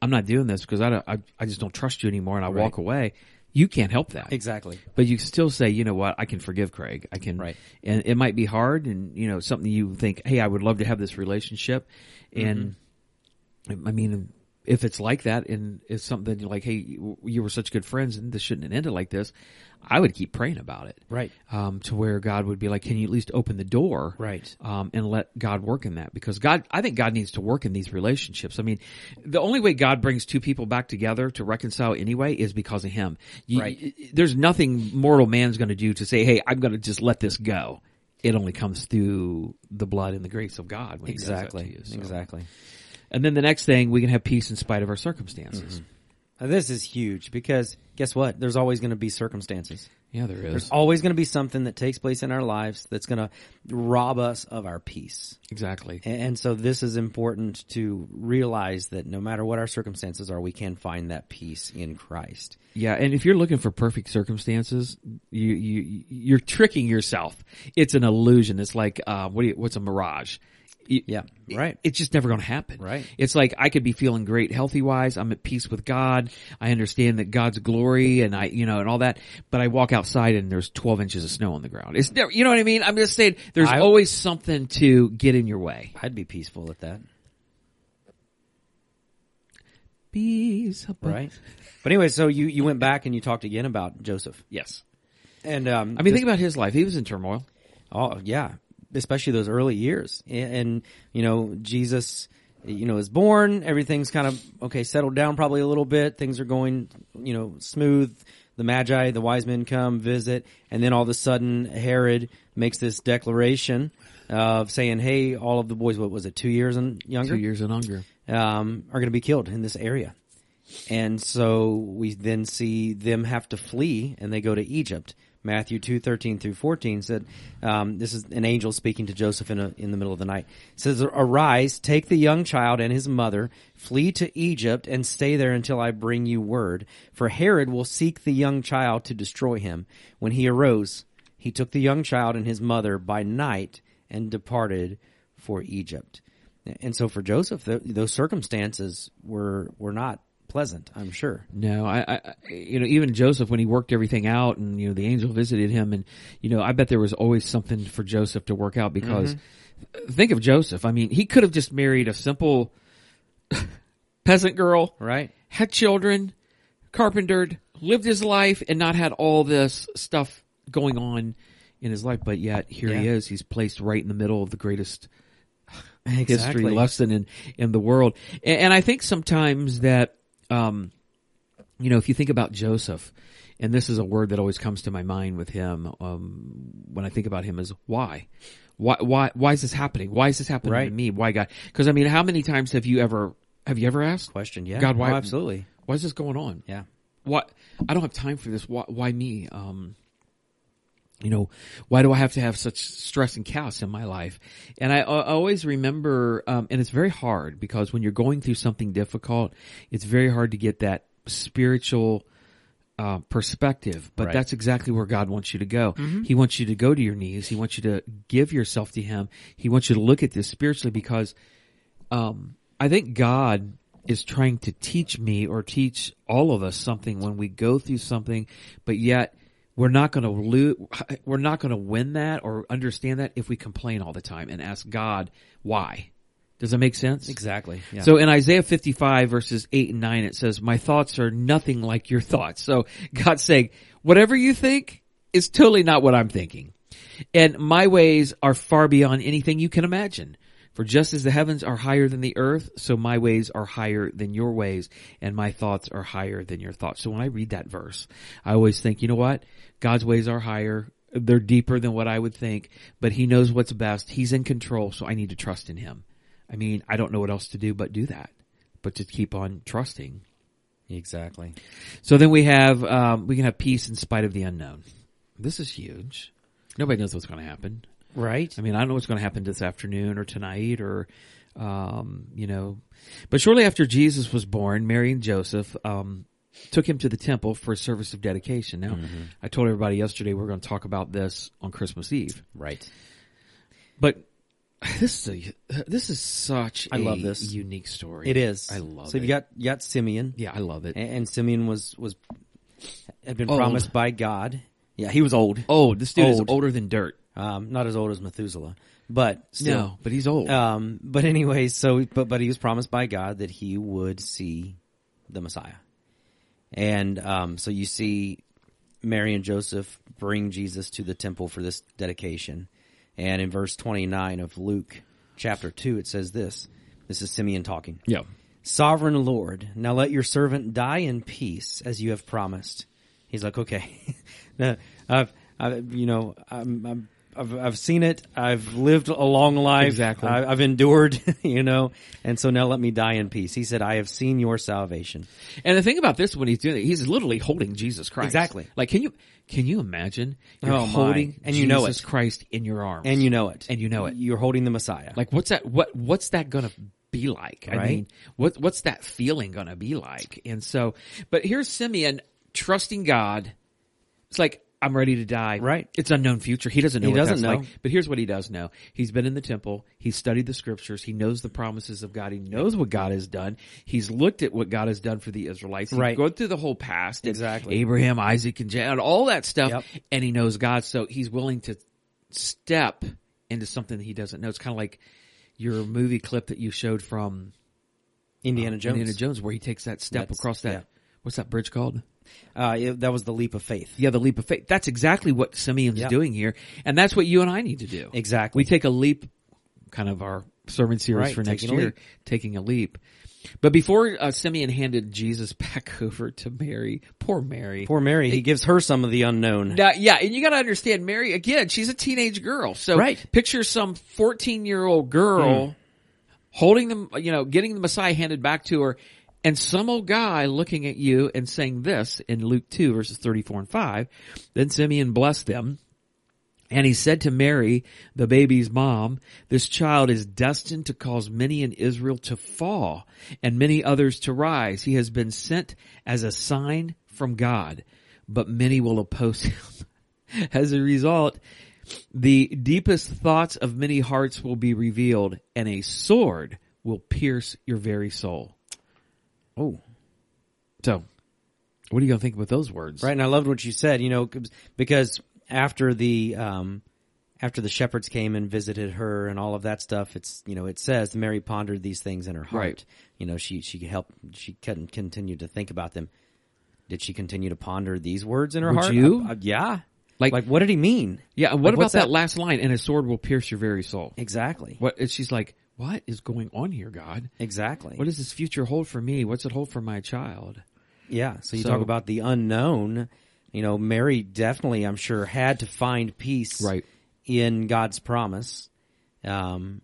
I'm not doing this because I don't, I, I just don't trust you anymore and I walk away. You can't help that. Exactly. But you still say, you know what? I can forgive Craig. I can, Right. And it might be hard, and you know something you think, hey, I would love to have this relationship, Mm-hmm. and I mean, if it's like that, and it's something you're like, hey, you you were such good friends, and this shouldn't have ended like this, I would keep praying about it, Right. Um, to where God would be like, can you at least open the door, Right. um, and let God work in that because God, I think God needs to work in these relationships. I mean, the only way God brings two people back together to reconcile anyway is because of Him. You- Right. y- y- There's nothing mortal man's going to do to say, "Hey, I'm going to just let this go." It only comes through the blood and the grace of God. When Exactly. He does that to you, so. Exactly. And then the next thing, we can have peace in spite of our circumstances. Now, this is huge because guess what? There's always going to be circumstances. Yeah, there is Mm-hmm. There's always going to be something that takes place in our lives that's going to rob us of our peace. exactly. A- And so this is important to realize that no matter what our circumstances are, we can find that peace in Christ. Yeah, and if you're looking for perfect circumstances, you you you're tricking yourself. It's an illusion. It's like uh, what do you, what's a mirage? You- Yeah. Right. it's just never going to happen. Right. It's like I could be feeling great healthy wise. I'm at peace with God. I understand that God's glory and I, you know, and all that. But I walk outside and there's 12 inches of snow on the ground. It's never, you know what I mean? I'm just saying there's I- always something to get in your way. I'd be peaceful at that. Peace. Right. But anyway, so you, you went back and you talked again about Joseph. Yes. And, um, I mean, think about his life. He was in turmoil. Oh yeah, especially those early years, and, and you know Jesus, you know, is born. Everything's kind of okay, settled down probably a little bit. Things are going, you know, smooth. The Magi, the wise men come visit, and then all of a sudden Herod makes this declaration of saying, "Hey, all of the boys, what was it, two years and younger, Two years and hunger. um, are going to be killed in this area." And so we then see them have to flee, and they go to Egypt. Matthew two thirteen through fourteen said, um, "This is an angel speaking to Joseph in, a, in the middle of the night. It says, Arise, take the young child and his mother, flee to Egypt, and stay there until I bring you word. For Herod will seek the young child to destroy him. When he arose, he took the young child and his mother by night and departed for Egypt." And so for Joseph, th- those circumstances were were not pleasant, I'm sure. No, I, I, I- you know, even Joseph, when he worked everything out and, you know, the angel visited him and, you know, I bet there was always something for Joseph to work out because think of Joseph. I mean, he could have just married a simple peasant girl, Right? had children, carpentered, lived his life and not had all this stuff going on in his life. But yet here he Yeah. is. He's placed right in the middle of the greatest Exactly. history lesson in in the world. And, and I think sometimes that, um, you know, if you think about Joseph, and this is a word that always comes to my mind with him um, when I think about him is why. Why, why, why is this happening? Why is this happening Right. to me? Why God? Cause I mean, how many times have you ever, have you ever asked? Question, yeah. God, why? Oh, absolutely. Why is this going on? Yeah. Why? I don't have time for this. Why, why me? Um, you know, why do I have to have such stress and chaos in my life? And I, I always remember, um, and it's very hard because when you're going through something difficult, it's very hard to get that spiritual, uh, perspective, but Right. that's exactly where God wants you to go. He wants you to go to your knees. He wants you to give yourself to Him. He wants you to look at this spiritually because, um, I think God is trying to teach me or teach all of us something when we go through something, but yet we're not going to lose, we're not going to win that or understand that if we complain all the time and ask God why. Does that make sense? Exactly. Yeah. So in Isaiah 55 verses 8 and 9, it says, my thoughts are nothing like your thoughts. So God's saying, whatever you think is totally not what I'm thinking. And my ways are far beyond anything you can imagine. For just as the heavens are higher than the earth, so my ways are higher than your ways and my thoughts are higher than your thoughts. So when I read that verse, I always think, you know what? God's ways are higher. They're deeper than what I would think, but he knows what's best. He's in control. So I need to trust in him. I mean, I don't know what else to do but do that, but to keep on trusting. exactly. So then we have, um, we can have peace in spite of the unknown. This is huge. Nobody knows what's going to happen. Right? I mean, I don't know what's going to happen this afternoon or tonight or, um, you know, but shortly after Jesus was born, Mary and Joseph, um, took him to the temple for a service of dedication. Now, Mm-hmm. I told everybody yesterday we're going to talk about this on Christmas Eve, Right. but this is a, this is such I a love this. unique story. It is. I love So it. you got you got Simeon. Yeah, I love it. And, and Simeon was was had been Old. promised by God. Yeah, he was old. old. This dude is Old. older than dirt. Um not as old as Methuselah, but still no, but he's old. Um, but anyway, so but but he was promised by God that he would see the Messiah, and um, so you see Mary and Joseph bring Jesus to the temple for this dedication, and in verse twenty nine of Luke chapter two, it says this. This is Simeon talking. yeah. Sovereign Lord, now let your servant die in peace as you have promised. He's like, okay, Now, I've, I've, you know, I'm, I'm, I've, I've seen it. I've lived a long life. Exactly. I, I've endured, you know, and so now let me die in peace. He said, I have seen your salvation. And the thing about this when he's doing it, he's literally holding Jesus Christ. Exactly. Like can you can you imagine you're Oh, my. holding And Jesus you know it. Christ in your arms. And you know it. And you know it. You're holding the Messiah. like what's that what what's that gonna be like? I Right. mean what what's that feeling gonna be like? And so but here's Simeon trusting God. It's like I'm ready to die. Right. It's unknown future. He doesn't know. He what doesn't that's know. Like. But here's what he does know. He's been in the temple. He's studied the scriptures. He knows the promises of God. He knows what God has done. He's looked at what God has done for the Israelites. He's Right. gone through the whole past. and Exactly. Abraham, Isaac, and Jacob, all that stuff. Yep. And he knows God. So he's willing to step into something that he doesn't know. It's kind of like your movie clip that you showed from Indiana Jones. uh, Indiana Jones where he takes that step That's- across that. yeah. What's that bridge called? Uh, it- that was the leap of faith. Yeah, the leap of faith. That's exactly what Simeon's Yeah. doing here. And that's what you and I need to do. Exactly. We take a leap, kind of our sermon series Right, for next taking a year, leap. taking a leap. But before uh, Simeon handed Jesus back over to Mary, poor Mary. Poor Mary, he gives her some of the unknown. Now, yeah, and you got to understand, Mary, again, she's a teenage girl. So Right. picture some 14 year old girl holding them, you know, getting the Messiah handed back to her and some old guy looking at you and saying this in Luke 2 verses 34 and 5. Then Simeon blessed them. And he said to Mary, the baby's mom, this child is destined to cause many in Israel to fall and many others to rise. He has been sent as a sign from God, but many will oppose him. as a result, the deepest thoughts of many hearts will be revealed and a sword will pierce your very soul. Oh. So what are you going to think about those words? Right, and I loved what you said. You know, 'cause- because after the um, after the shepherds came and visited her and all of that stuff, it's you know it says Mary pondered these things in her heart. Right. You know, she she helped she couldn't continue to think about them. Did she continue to ponder these words in her Would heart? you? I- I- yeah. Like- like what did he mean? Yeah. And what Like, about what's that, that- last line? And a sword will pierce your very soul. Exactly. What and she's like, what is going on here, God? Exactly. What does this future hold for me? What's it hold for my child? Yeah. So you So- talk about the unknown. You know, Mary definitely, I'm sure, had to find peace Right. in God's promise, um,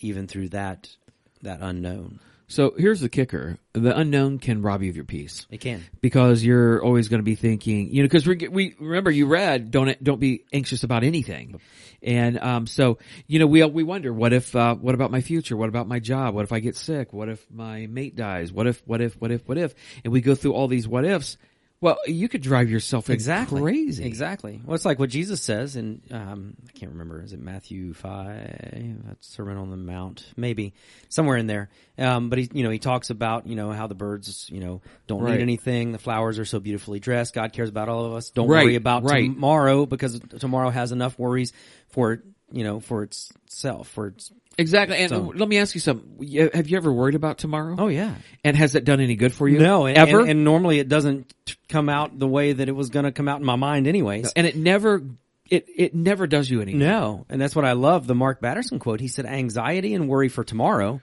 even through that that unknown. So here's the kicker: the unknown can rob you of your peace It can. because you're always going to be thinking, you know, because we we remember you read don't don't be anxious about anything, and um, so you know we we wonder what if uh, what about my future? What about my job? What if I get sick? What if my mate dies? What if what if what if what if? And we go through all these what ifs. Well, you could drive yourself Exactly. crazy. Exactly. Well, it's like what Jesus says, and um, I can't remember. Is it Matthew five? That's Sermon on the Mount, maybe somewhere in there. Um, but he, you know, he talks about you know how the birds, you know, don't Right. need anything. The flowers are so beautifully dressed. God cares about all of us. Don't Right, worry about right. tomorrow because tomorrow has enough worries for you know for itself. For its Exactly. And So- Oh, let me ask you something: You- Have you ever worried about tomorrow? yeah. And has that done any good for you? No, and, Oh, ever. and, and normally it doesn't t- come out the way that it was going to come out in my mind, anyways. and it never it it never does you any good. No, and that's what I love the Mark Batterson quote. He said, "Anxiety and worry for tomorrow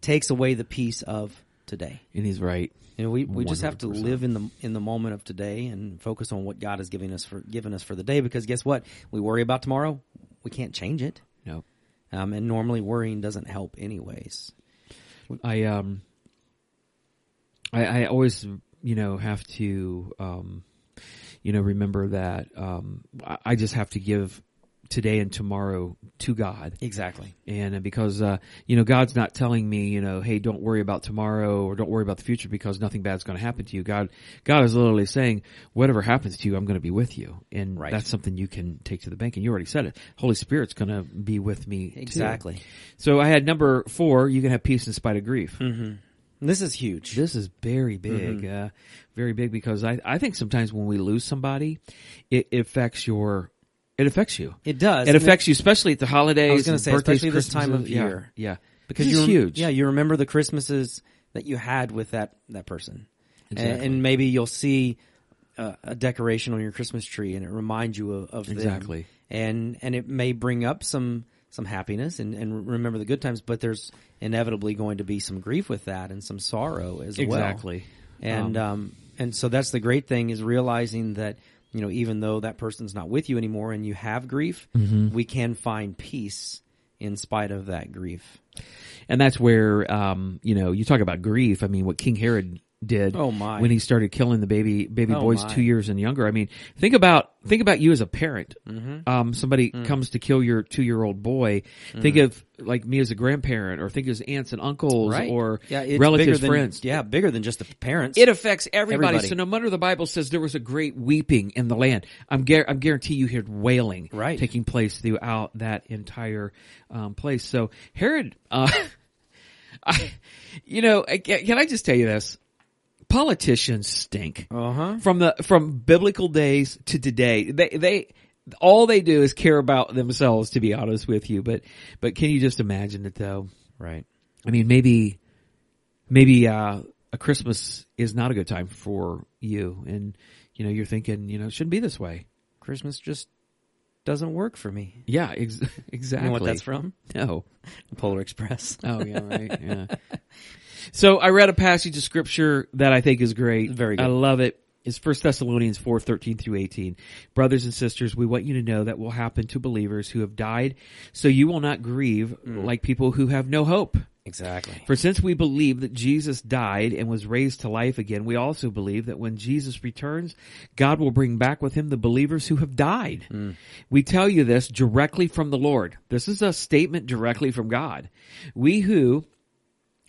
takes away the peace of today." And he's right. You know, we, we just have to live in the in the moment of today and focus on what God has given us for given us for the day. Because guess what? We worry about tomorrow, we can't change it, No, um, and normally worrying doesn't help, anyways. I um, I I always you know have to um, you know remember that um, I, I just have to give today and tomorrow to God. Exactly. And uh, because, uh, you know, God's not telling me, you know, hey, don't worry about tomorrow or don't worry about the future because nothing bad's going to happen to you. God, God is literally saying, whatever happens to you, I'm going to be with you. And Right. that's something you can take to the bank. And you already said it. Holy Spirit's going to be with me. too. Exactly. So I had number four, you can have peace in spite of grief. And this is huge. This is very big, Mm-hmm. uh, very big because I, I think sometimes when we lose somebody, it, it affects your, it affects you. It does. It And affects you, especially at the holidays. I was gonna and say, birthdays, especially this time Christmases. of Yeah, year. Yeah, because This is you huge. Yeah, you remember the Christmases that you had with that that person, A- and, maybe you'll see a, a decoration on your Christmas tree, and it reminds you of, of them. Exactly. and and it may bring up some some happiness and and remember the good times, but there's inevitably going to be some grief with that and some sorrow as well. Exactly. and um, and so that's the great thing is realizing that. You know, even though that person's not with you anymore and you have grief, Mm-hmm. we can find peace in spite of that grief. and that's where um, you know you talk about grief. I mean, what King Herod did. Oh, my. When he started killing the baby baby Oh, boys my. two years and younger. I mean, think about think about you as a parent. Mm-hmm. Um, somebody Mm. comes to kill your two year old boy. Think of like me as a grandparent, or think of his aunts and uncles, or it's bigger relatives, than- friends. Yeah, bigger than just the parents. It affects everybody. Everybody. So no wonder the Bible says there was a great weeping in the land. I'm guar I'm guarantee you heard wailing Right. taking place throughout that entire um, place. So Herod, uh, I, you know, I- ca- can I just tell you this? Politicians stink. Uh-huh. From the from biblical days to today, they they all they do is care about themselves. To be honest with you, but but can you just imagine it though? right. I mean, maybe, maybe, uh, a Christmas is not a good time for you. And, you know, you're thinking, you know, it shouldn't be this way. Christmas just doesn't work for me. Yeah, ex- exactly. You know what that's from? No. Polar Express. Oh, yeah, right. Yeah. so I read a passage of scripture that I think is great. Very good. I love it. It's First Thessalonians four thirteen through 18. Brothers and sisters, we want you to know that will happen to believers who have died so you will not grieve Mm. like people who have no hope. Exactly. For since we believe that Jesus died and was raised to life again, we also believe that when Jesus returns, God will bring back with him the believers who have died. We tell you this directly from the Lord. This is a statement directly from God. We who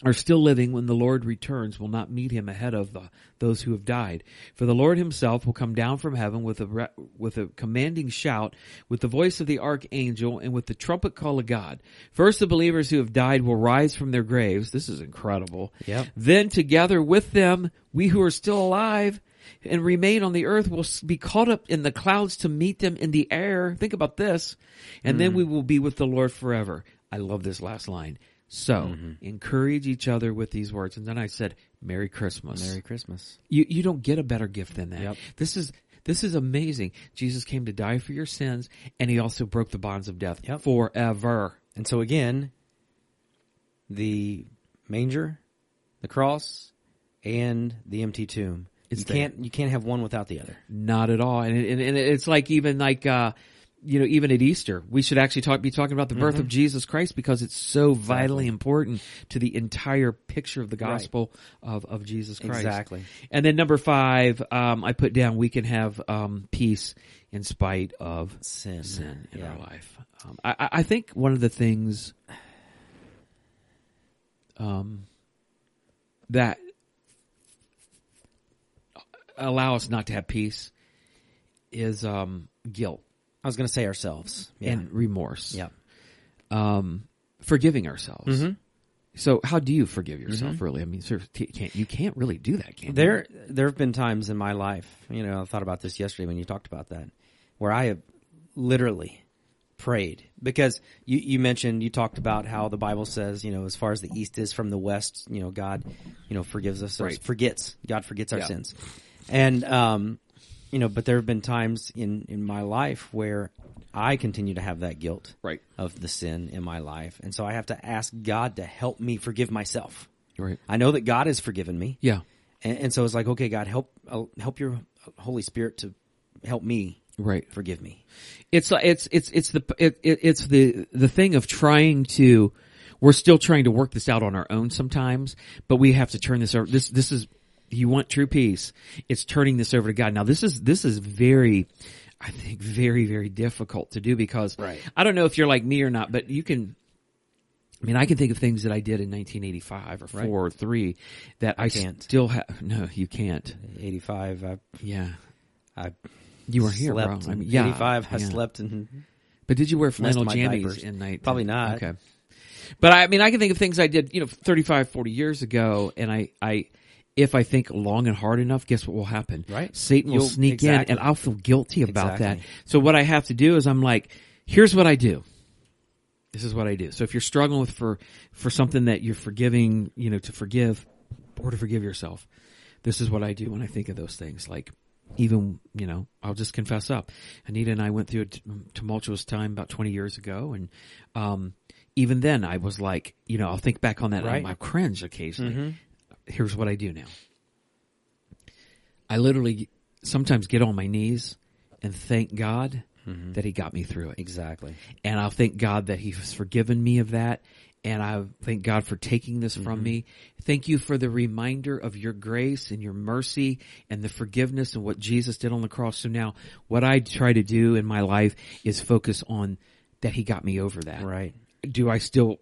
are still living when the Lord returns will not meet him ahead of the, those who have died. For the Lord himself will come down from heaven with a, re- with a commanding shout, with the voice of the archangel, and with the trumpet call of God. First the believers who have died will rise from their graves. This is incredible. Yep. Then together with them, we who are still alive and remain on the earth will s- be caught up in the clouds to meet them in the air. Think about this. And Mm. then we will be with the Lord forever. I love this last line. So Mm-hmm. encourage each other with these words. And then I said, Merry Christmas. Merry Christmas. You you don't get a better gift than that. Yep. This is this is amazing. Jesus came to die for your sins and he also broke the bonds of death Yep. forever. And so again, the manger, the cross, and the empty tomb. It's you there. can't you can't have one without the other. Not at all. And, and, and it's like even like, uh, you know, even at Easter, we should actually talk, be talking about the birth of Jesus Christ because it's so vitally important to the entire picture of the gospel of, of Jesus Christ. Exactly. And then number five, um, I put down we can have, um, peace in spite of Sin. sin in Yeah. our life. Um, I, I- I think one of the things, um, that allow us not to have peace is um, guilt I was going to say ourselves. Yeah. and remorse. yeah. Mm-hmm. forgiving ourselves. So, how do you forgive yourself? Really, I mean, sir, t- can't you can't really do that, can you? There, there have been times in my life, you know, I thought about this yesterday when you talked about that, where I have literally prayed because you, you mentioned, you talked about how the Bible says, you know, as far as the East is from the West, you know, God, you know, forgives us, or Right. forgets, God forgets our Yeah. sins. And, um, you know, but there have been times in, in my life where I continue to have that guilt Right. of the sin in my life. And so I have to ask God to help me forgive myself. Right. I know that God has forgiven me. Yeah. And, and so it's like, okay, God, help uh, help your Holy Spirit to help me Right. forgive me. It's like- it's it's it's the it, it, it's the the thing of trying to. We're still trying to work this out on our own sometimes, but we have to turn this over. This this is you want true peace. It's turning this over to God. Now this is this is very, I think, very very difficult to do because Right. I don't know if you're like me or not, but you can I mean, I can think of things that I did in 1985 or four Right. or three that I Can't. still have. No, you can't. Eighty five, I Yeah, I you were here, bro. slept. I mean, yeah, eighty five, I yeah. slept in. But did you wear of flannel my jammies diapers. in night? Probably not. Okay. But I, I mean, I can think of things I did, you know, 35, 40 years ago, and I, I, if I think long and hard enough, guess what will happen? Right. Satan will You'll- sneak in, exactly. and I'll feel guilty about that. Exactly. So what I have to do is I'm like, here's what I do. This is what I do. So if you're struggling with for for something that you're forgiving, you know, to forgive or to forgive yourself, this is what I do when I think of those things. Like even you know, I'll just confess up. Anita and I went through a t- mm, tumultuous time about 20 years ago, and um, even then I was like, you know, I'll think back on that. Right. and I cringe occasionally. Here's what I do now. I literally sometimes get on my knees and thank God that He got me through it Exactly. and I'll thank God that He has forgiven me of that, And I thank God for taking this from me. Thank you for the reminder of your grace and your mercy and the forgiveness and what Jesus did on the cross. So now what I try to do in my life is focus on that he got me over that. Right. Do I still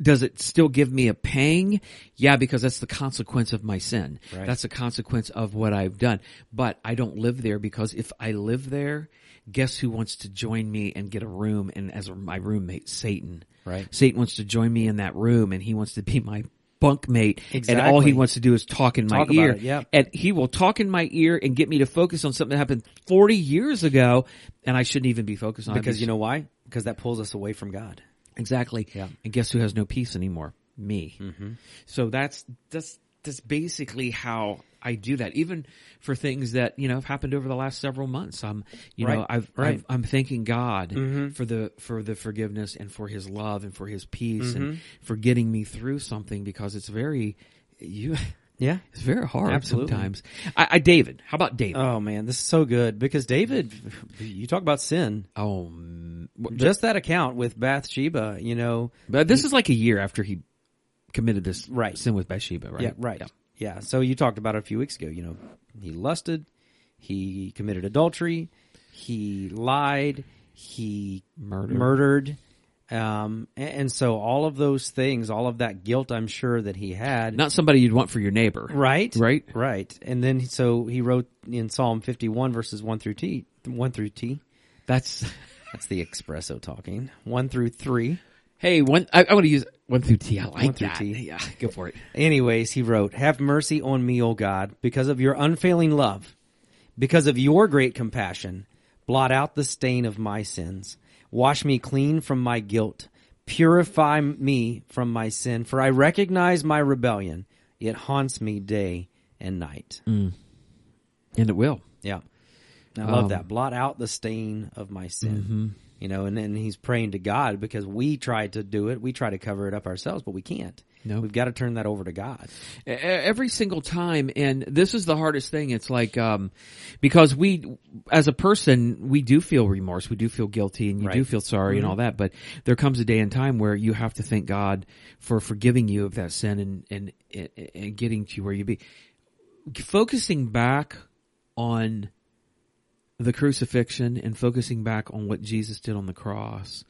does it still give me a pang? Yeah, because that's the consequence of my sin. Right. That's a consequence of what I've done. But I don't live there because if I live there, guess who wants to join me and get a room and as my roommate, Satan. Right. Satan wants to join me in that room and he wants to be my bunkmate. And all Exactly. he wants to do is talk in my Talk about ear. it, yep. And he will talk in my ear and get me to focus on something that happened 40 years ago and I shouldn't even be focused on it. Because you know why? Because that pulls us away from God. Exactly. Yeah. And guess who has no peace anymore? Me. Mm-hmm. So that's that's that's basically how I do that. Even for things that you know have happened over the last several months, I'm you know Right. I've, Right. I've I'm thanking God for the for the forgiveness and for His love and for His peace and for getting me through something because it's very you. Yeah. It's very hard Absolutely. sometimes. I, I David, how about David? Oh man, this is so good because David, you talk about sin. oh, m- Just that account with Bathsheba, you know. but this is like a year after he committed this Right. sin with Bathsheba, right? Yeah, right. Yeah. Yeah. So you talked about it a few weeks ago. You know, he lusted, he committed adultery, he lied, he Murder. murdered. Um, a- and, so all of those things, all of that guilt, I'm sure that he had. not somebody you'd want for your neighbor. right, Right. right. And then so he wrote in Psalm 51 verses one through t one through t. That's That's the espresso talking. One through three. hey one. I, I want to use one through T. I like One through that. T. Yeah, go for it. Anyways, he wrote, Have mercy on me, O God, because of your unfailing love, because of your great compassion. Blot out the stain of my sins. Wash me clean from my guilt. Purify me from my sin, for I recognize my rebellion. It haunts me day and night. And it will. Yeah. I love Um, that. Blot out the stain of my sin. You know, and then he's praying to God because we try to do it. We try to cover it up ourselves, but we can't. No. We've got to turn that over to God. E- Every single time, and this is the hardest thing. It's like um, because we, as a person, we do feel remorse, we do feel guilty, and you do Right. Mm-hmm. feel sorry and all that. But there comes a day and time where you have to thank God for forgiving you of that sin and and and- and getting to where you be. Focusing back on the crucifixion and focusing back on what Jesus did on the cross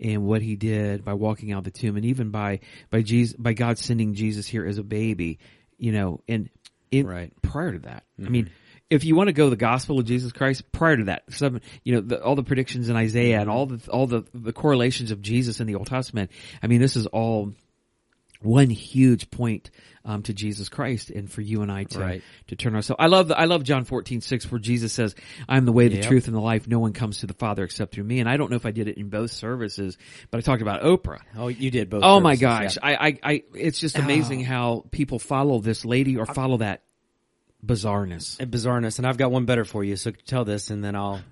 and what he did by walking out the tomb and even by by Jesus by God sending Jesus here as a baby, you know, and in Right. Mm-hmm. prior to that. I mean, if you want to go the gospel of Jesus Christ prior to that, some you know the, all the predictions in Isaiah and all the all the the correlations of Jesus in the Old Testament. I mean, this is all one huge point um, to Jesus Christ and for you and I to Right. to turn ourselves. I love the, I love John fourteen six where Jesus says, "I am the way, the Yep. truth, and the life. No one comes to the Father except through me." And I don't know if I did it in both services, but I talked about Oprah. Oh, you did both. Oh my services, gosh. yeah. I, I, I, it's just amazing how people follow this lady or follow that bizarreness. And Uh, bizarreness, and I've got one better for you. So tell this, and then I'll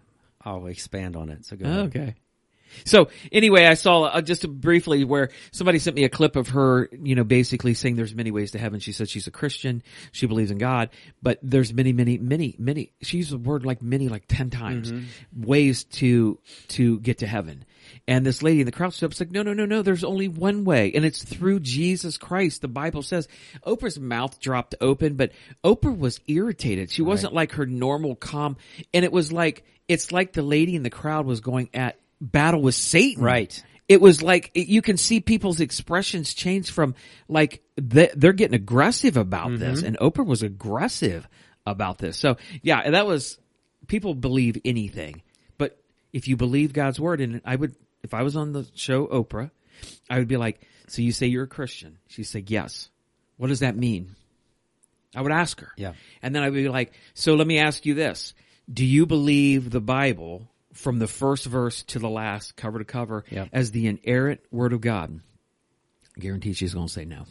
I'll expand on it. So go. ahead. Okay. So anyway, I saw uh, just briefly where somebody sent me a clip of her, you know, basically saying there's many ways to heaven. She said she's a Christian. She believes in God, but there's many, many, many, many, she used the word like many, like 10 times ways to, to get to heaven. And this lady in the crowd stood up and said, no, no, no, no, there's only one way. And it's through Jesus Christ. The Bible says Oprah's mouth dropped open, but Oprah was irritated. She wasn't like her normal calm. And it was like, it's like the lady in the crowd was going at battle with Satan. Right. It was like it- you can see people's expressions change from like they- they're getting aggressive about this, and Oprah was aggressive about this. So yeah, that was people believe anything, but if you believe God's word, and I would, if I was on the show Oprah, I would be like, "So you say you're a Christian?" She'd say, "Yes." What does that mean? I would ask her. Yeah. And then I'd be like, so let me ask you this. Do you believe the Bible from the first verse to the last, cover to cover, Yeah. as the inerrant word of God? I guarantee she's going to say no.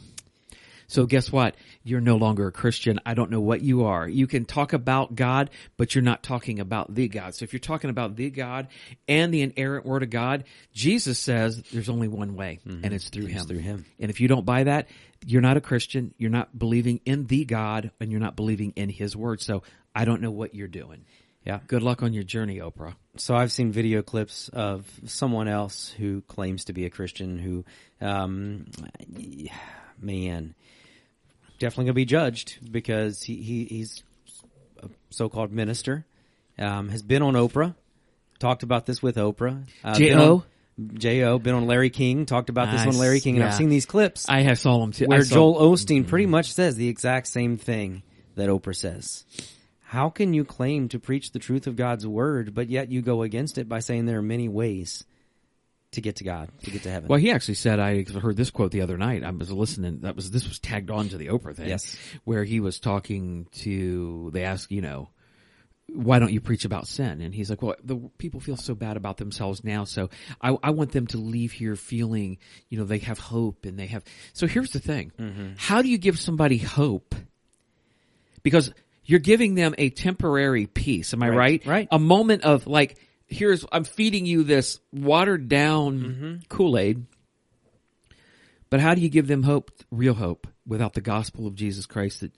So guess what? You're no longer a Christian. I don't know what you are. You can talk about God, but you're not talking about the God. So if you're talking about the God and the inerrant word of God, Jesus says there's only one way and Mm-hmm. it's through him. through Him. And if you don't buy that, you're not a Christian. You're not believing in the God and you're not believing in his word. So I don't know what you're doing. Yeah. Good luck on your journey, Oprah. so I've seen video clips of someone else who claims to be a Christian who, um, man, definitely gonna be judged because he, he he's a so-called minister, um, has been on Oprah, talked about this with Oprah. Uh, been J.O.? on- J.O. been on Larry King, talked about this on Nice, Larry King, and yeah. I've seen these clips I have saw them too. I where saw- Mm-hmm. Joel Osteen pretty much says the exact same thing that Oprah says. How can you claim to preach the truth of God's word, but yet you go against it by saying there are many ways to get to God, to get to heaven? Well, he actually said I heard this quote the other night. I was listening. That was this was tagged on to the Oprah thing. Yes. where he was talking to. They asked, you know, why don't you preach about sin? And he's like, well, the people feel so bad about themselves now, so I, I want them to leave here feeling, you know, they have hope and they have. So here's the thing: how do you give somebody hope? Because you're giving them a temporary peace. Am I right? right. A moment of like, here's I'm feeding you this watered down Mm-hmm. Kool Aid. But how do you give them hope, real hope, without the gospel of Jesus Christ that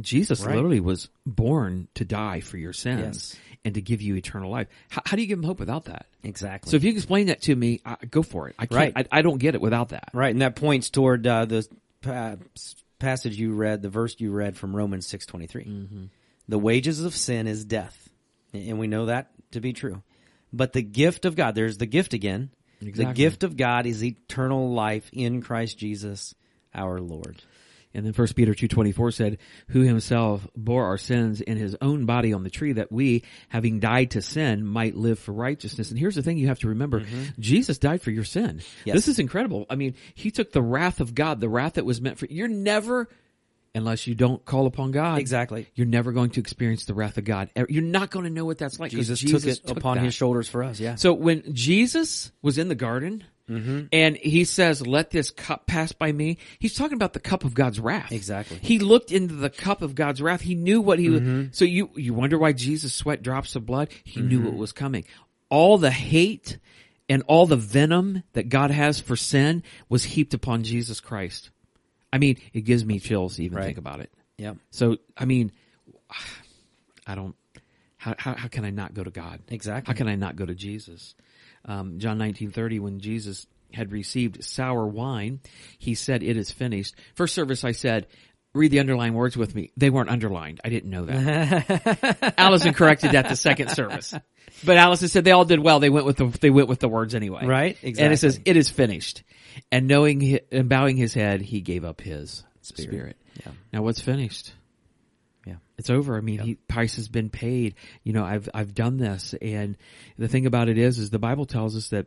Jesus Right. literally was born to die for your sins Yes. and to give you eternal life? How, how do you give them hope without that? exactly. So if you can explain that to me, I, go for it. I can't, Right. I, I don't get it without that. right, and that points toward uh, the pa- passage you read, the verse you read from Romans six Mm-hmm. The wages of sin is death, and we know that to be true. But the gift of God, there's the gift again. The Exactly. gift of God is eternal life in Christ Jesus, our Lord. And then First Peter two twenty four said, "Who himself bore our sins in his own body on the tree, that we, having died to sin, might live for righteousness." And here's the thing you have to remember: Jesus died for your sin. Mm-hmm. Yes. This is incredible. I mean, he took the wrath of God, the wrath that was meant for you're never, unless you don't call upon God, Exactly. You're never going to experience the wrath of God. Er, You're not going to know what that's like. 'cause Jesus, took it upon that. his shoulders for us. Yeah. Mm-hmm. So when Jesus was in the garden and he says, let this cup pass by me, he's talking about the cup of God's wrath. Exactly. Mm-hmm. He looked into the cup of God's wrath. He knew what he was. So you, you wonder why Jesus sweat drops of blood. He knew Mm-hmm. what was coming. All the hate and all the venom that God has for sin was heaped upon Jesus Christ. I mean, it gives me chills to even Right. think about it. yeah. So I mean, I don't. How, how how can I not go to God? Exactly. How can I not go to Jesus? Um, John nineteen thirty, when Jesus had received sour wine, he said, "It is finished." First service, I said. Read the underlined words with me. They weren't underlined. I didn't know that. Allison corrected that the second service, but Allison said they all did well. They went with the they went with the words anyway. Right, And it exactly. says, "It is finished," and knowing hi- and bowing his head, he gave up his spirit. Yeah. Now what's finished? Yeah. It's over. I mean, he, price has been paid. You know, I've I've done this, and the thing about it is, is the Bible tells us that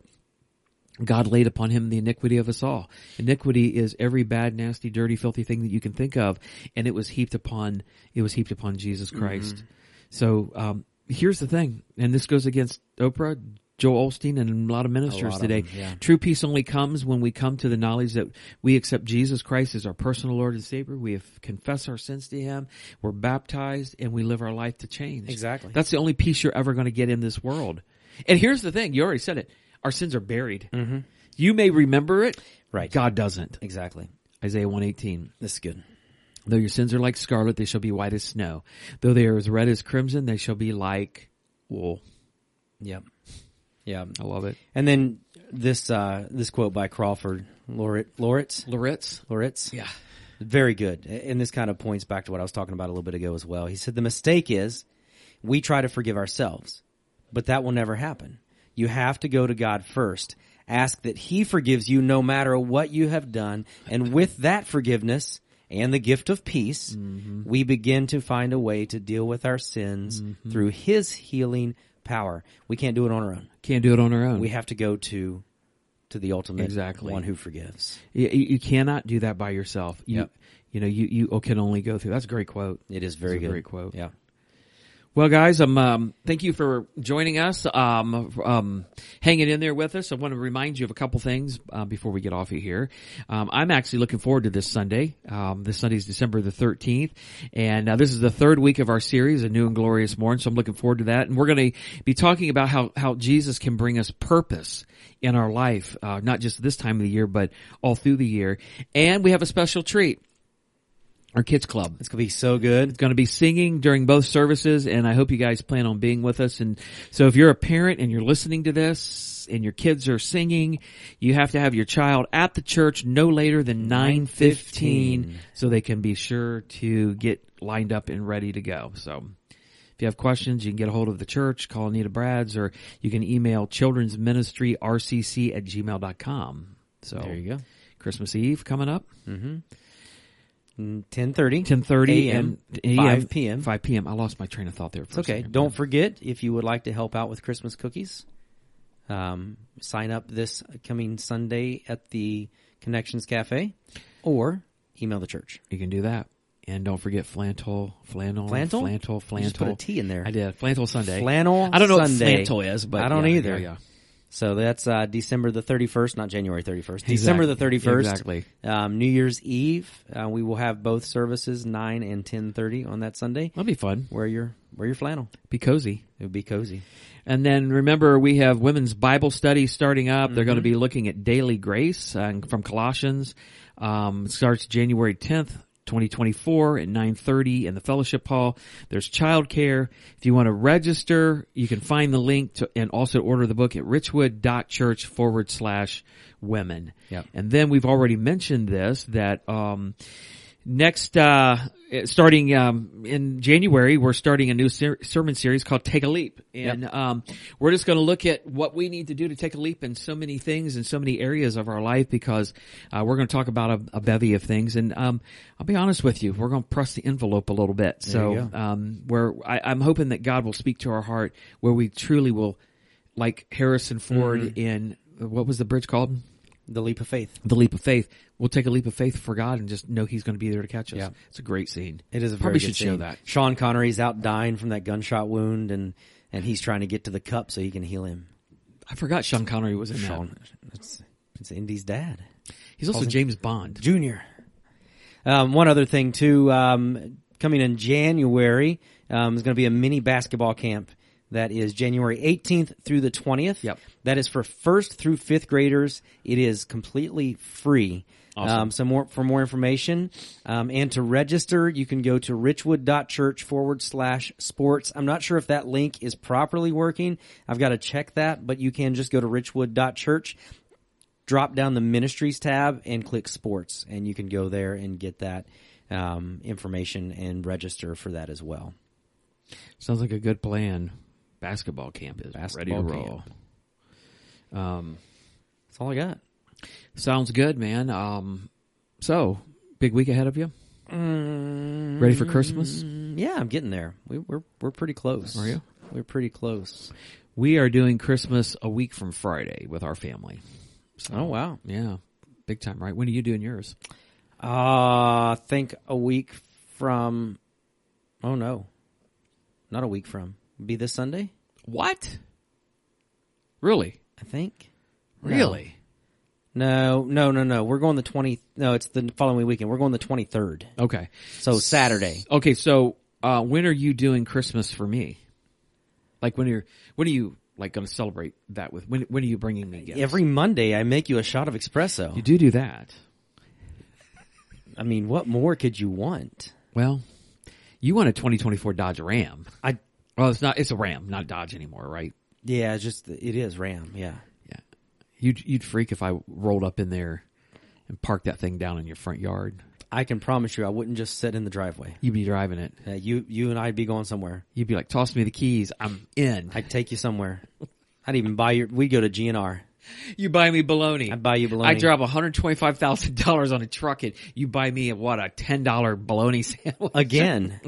God laid upon him the iniquity of us all. Iniquity is every bad, nasty, dirty, filthy thing that you can think of, and it was heaped upon it was heaped upon Jesus Mm-hmm. Christ. So um, here's the thing, and this goes against Oprah, Joel Olstein, and a lot of ministers lot of today. them, yeah. True peace only comes when we come to the knowledge that we accept Jesus Christ as our personal Lord and Savior. We have confess our sins to Him. We're baptized, and we live our life to change. Exactly. That's the only peace you're ever going to get in this world. And here's the thing: you already said it. Our sins are buried. Mm-hmm. You may remember it. Right. God doesn't. Exactly. Isaiah one eighteen. This is good. Though your sins are like scarlet, they shall be white as snow. Though they are as red as crimson, they shall be like wool. Yep. Yeah. I love it. And then this uh, this quote by Crawford Loritz Loritz Loritz. Loritz. Yeah. Very good. And this kind of points back to what I was talking about a little bit ago as well. He said the mistake is we try to forgive ourselves, but that will never happen. You have to go to God first. Ask that he forgives you no matter what you have done. And with that forgiveness and the gift of peace, Mm-hmm. we begin to find a way to deal with our sins Mm-hmm. through his healing power. We can't do it on our own. Can't do it on our own. We have to go to to the ultimate Exactly. one who forgives. you, you you cannot do that by yourself. You, Yep. you know, you, you can only go through. That's a great quote. It is very It's a good. great quote. Yeah. Well, guys, um, um, thank you for joining us, um, um, hanging in there with us. I want to remind you of a couple things uh, before we get off of here. Um, I'm actually looking forward to this Sunday. Um, this Sunday is December the 13th, and uh, this is the third week of our series, A New and Glorious Morn, so I'm looking forward to that. And we're going to be talking about how, how Jesus can bring us purpose in our life, uh, not just this time of the year, but all through the year. And we have a special treat our kids club. It's gonna be so good. It's going to be singing during both services, and I hope you guys plan on being with us. And so, if you're a parent and you're listening to this, and your kids are singing, you have to have your child at the church no later than nine fifteen, so they can be sure to get lined up and ready to go. So. If you have questions, you can get a hold of the church, call Anita Brads, or you can email children's ministry rcc at gmail.com. So There you go. Christmas Eve coming up. Ten thirty. Ten thirty and Five p.m. Five p.m. I lost my train of thought there. For It's a okay. second. Don't forget if you would like to help out with Christmas cookies, um, sign up this coming Sunday at the Connections Cafe, or email the church. You can do that. And don't forget flannel, flannel, Flannel? flannel, You flannel. just put a T in there. Oh, I did flannel Sunday. Flannel I don't know Sunday. what flannel is, but I don't yeah, either. Yeah, yeah. So that's uh, December the 31st, not January 31st. December the 31st. Exactly. Um, New Year's Eve, uh, we will have both services 9 and 10:30 on that Sunday. That'll be fun. Wear your wear your flannel. Be cozy. It would be cozy. And then remember, we have women's Bible study starting up. They're going to be looking at daily grace uh, from Colossians. Um, it starts January 10th, 2024 at 9.30 in the fellowship hall. There's childcare. If you want to register, you can find the link to, and also order the book at richwood.church forward slash women. Yep. And then we've already mentioned this that, um, Next, uh, starting um, in January, we're starting a new ser- sermon series called "Take a Leap," and um, we're just going to look at what we need to do to take a leap in so many things in so many areas of our life because uh, we're going to talk about a, a bevy of things. And um, I'll be honest with you, we're going to press the envelope a little bit. you So, go. um, where I, I'm hoping that God will speak to our heart, where we truly will, like Harrison Ford Mm-hmm. in what was the bridge called? The leap of faith. the leap of faith. We'll take a leap of faith for God and just know He's going to be there to catch us. Yeah. It's a great scene. It is a very probably should good show scene. that. Sean Connery's out dying from that gunshot wound, and and he's trying to get to the cup so he can heal him. I forgot Sean Connery was in Sean, it's, it's Indy's dad, that. He's also James Bond. Junior. Um, one other thing too, um, coming in January um, is going to be a mini basketball camp. That is January 18th through the 20th. Yep. That is for first through fifth graders. It is completely free. Awesome. Um, some more for more information um, and to register, you can go to richwood.church forward slash sports. I'm not sure if that link is properly working. I've got to check that, but you can just go to richwood.church, drop down the ministries tab, and click sports, and you can go there and get that um, information and register for that as well. Sounds like a good plan. Basketball camp is Basketball ready to roll. Um, That's all I got. sounds good, man. Um, so big week ahead of you. Mm. Ready for Christmas? Yeah, I'm getting there. We, we're we're pretty close. Are you? We're pretty close. We are doing Christmas a week from Friday with our family. Oh wow. Yeah, big time, right? When are you doing yours? Uh, I think a week from. Oh no, not a week from. Be this Sunday, What? Really? I think. Really? No, no, no, no. We're going the twenty. No, it's the following weekend. We're going the twenty third. Okay. So Saturday. Okay, so uh, when are you doing Christmas for me? Like when are when are you like going to celebrate that with? When when are you bringing me gifts? Every Monday, I make you a shot of espresso. you do do that. I mean, what more could you want? Well, you want a 2024 Dodge Ram. I. Well, it's not. It's a Ram, not Dodge anymore, right? Yeah, it's just it is Ram. Yeah. Yeah. You'd you'd freak if I rolled up in there and parked that thing down in your front yard. I can promise you, I wouldn't just sit in the driveway. You'd be driving it. Uh, you, you and I'd be going somewhere. You'd be like, "Toss me the keys. I'm in." I'd take you somewhere. I'd even buy your. We'd go to GNR. You buy me bologna. I'd buy you bologna. I drop $125,000 on a truck and you buy me a, what, a $10 bologna sandwich? again.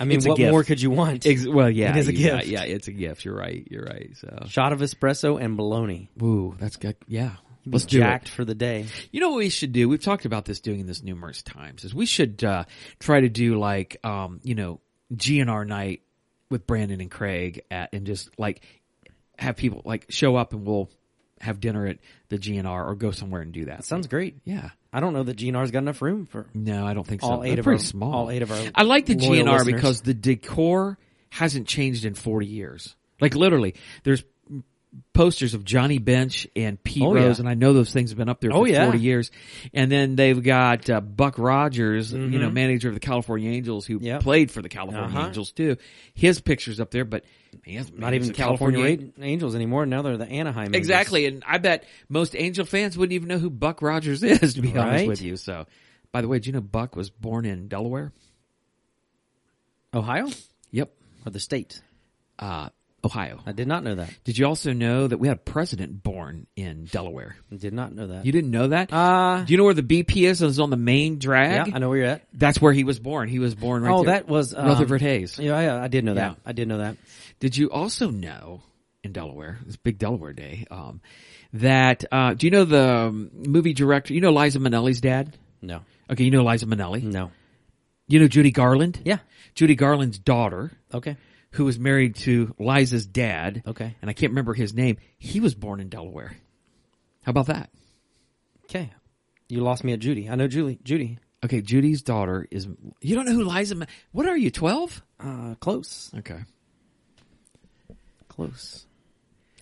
I mean, It's a what gift. more could you want? Ex- well, yeah. It is a you- gift. Yeah, it's a gift. You're right. You're right. So, Shot of espresso and bologna. ooh, that's good. Yeah. Let's do jacked it. for the day. You know what we should do? We've talked about this doing this numerous times is we should, uh, try to do like, um, you know, GNR night with Brandon and Craig at, and just like have people like show up and we'll have dinner at the GNR or go somewhere and do that. Sounds great. yeah. I don't know that GNR's got enough room for. No, I don't think so. All eight They're of pretty our- small. all eight of our I like the loyal GNR listeners. because the decor hasn't changed in forty years. Like literally, there's posters of Johnny Bench and Pete Oh, Rose, yeah. and I know those things have been up there for Oh, yeah. 40 years. And then they've got uh, Buck Rogers, you know, manager of the California Angels, who Mm-hmm. Yep. played for the California Uh-huh. Angels too. His picture's up there, but he has, Not even California Ra- Angels anymore. Now they're the Anaheim. Angels. Exactly, and I bet most Angel fans wouldn't even know who Buck Rogers is, to be honest Right. with you. So, by the way, do you know Buck was born in Delaware? Ohio Yep, or the state. uh, Ohio. I did not know that. Did you also know that we had a president born in Delaware? I did not know that. You didn't know that? uh, Do you know where the BP is? It's on the main yeah, drag. I know where you're at. That's where he was born. He was born right oh, there. that was um, Rutherford Hayes. Yeah, yeah, I did know that. Yeah. I did know that. Did you also know in Delaware, it's Big Delaware Day, um, that, uh, do you know the um, movie director, you know Liza Minnelli's dad? No, Okay, you know Liza Minnelli. no. You know Judy Garland? Yeah. Judy Garland's daughter, Okay. who was married to Liza's dad. Okay. And I can't remember his name. He was born in Delaware. How about that? Okay. You lost me at Judy. I know Julie. Judy. Okay, Judy's daughter is, you don't know who Liza, Min- what are you, 12? Uh, close. Okay. Close.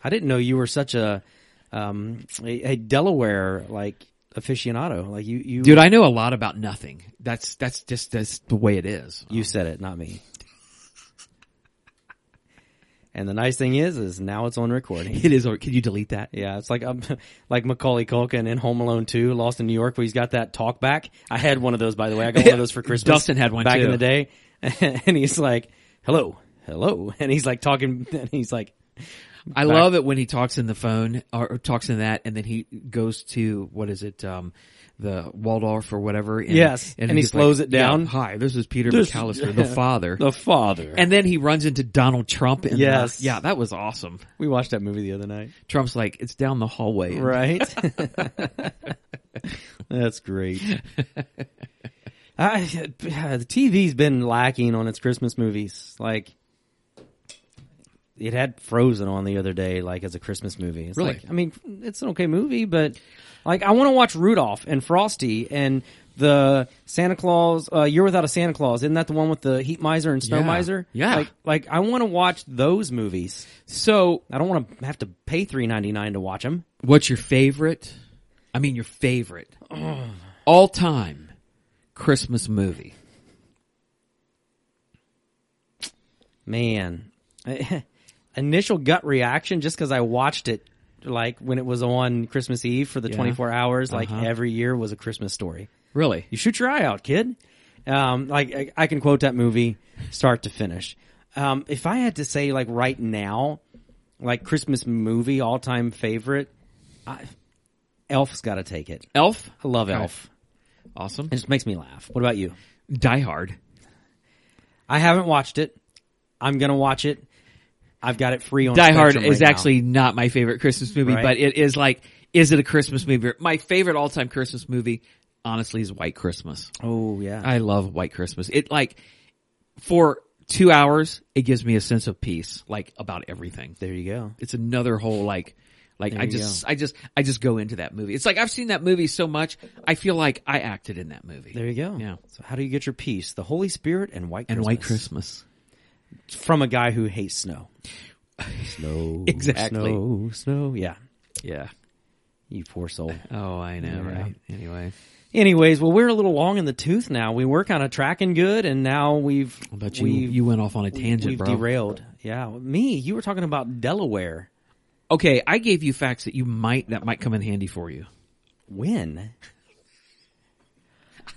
I didn't know you were such a um a, a Delaware like aficionado. Like you you Dude, I know a lot about nothing. That's that's just that's the way it is. you said it, not me. and the nice thing is is now it's on recording. It is. Or can you delete that? Yeah, it's like um, like Macaulay Culkin in Home Alone 2, Lost in New York, where he's got that talk back. I had one of those, by the way. I got one of those for Christmas. Dustin had one, back too. in the day, and he's like, "Hello, hello," and he's like talking, and he's like, I love it when he talks in the phone or, or talks in that, and then he goes to what is it, um, the Waldorf or whatever. And, Yes, and he he's slows it down. "Yeah, Hi, this is Peter This- McAllister, the father. "The father." and then he runs into Donald Trump. And uh, Yes. yeah, that was awesome. we watched that movie the other night, Trump's like, it's down the hallway. right? That's great. I, the TV's been lacking on its Christmas movies. Like, it had Frozen on the other day, like as a Christmas movie. It's Really? like- I mean, it's an okay movie, but like, I want to watch Rudolph and Frosty and the Santa Claus, uh, Year Without a Santa Claus. Isn't that the one with the heat miser and snow Yeah. miser? Yeah. Like, like I want to watch those movies. So, I don't want to have to pay three ninety nine to watch them. what's your favorite? I mean, your favorite all time Christmas movie. Man, initial gut reaction just because I watched it like when it was on Christmas Eve for the Yeah. 24 hours, like Uh-huh. every year was a Christmas story. Really? You shoot your eye out, kid. Um, like I, I can quote that movie start to finish. Um, if I had to say like right now, like Christmas movie all time favorite, I, Elf's got to take it. Elf? I love Elf. Awesome. It just makes me laugh. What about you? Die Hard. I haven't watched it. I'm gonna watch it. I've got it free on Die Hard Spectrum is right now. actually not my favorite Christmas movie, Right. but it is like, is it a Christmas movie? My favorite all time Christmas movie, honestly, is White Christmas. Oh yeah. I love White Christmas. It like, for two hours, it gives me a sense of peace, like about everything. there you go. It's another whole like, like I you just, I just, I just go into that movie. It's like I've seen that movie so much, I feel like I acted in that movie. There you go. Yeah. So how do you get your peace? The Holy Spirit and white and Christmas. White Christmas. from a guy who hates snow. Snow. Exactly. Snow. Snow. Yeah. Yeah. You poor soul. Oh, I know, Yeah. right? Anyway. Anyways, well, we're a little long in the tooth now. We were kind of tracking good, and now we've But you, we've, you went off on a tangent, we've bro. derailed. Yeah, me. You were talking about Delaware. Okay, I gave you facts that you might that might come in handy for you. When?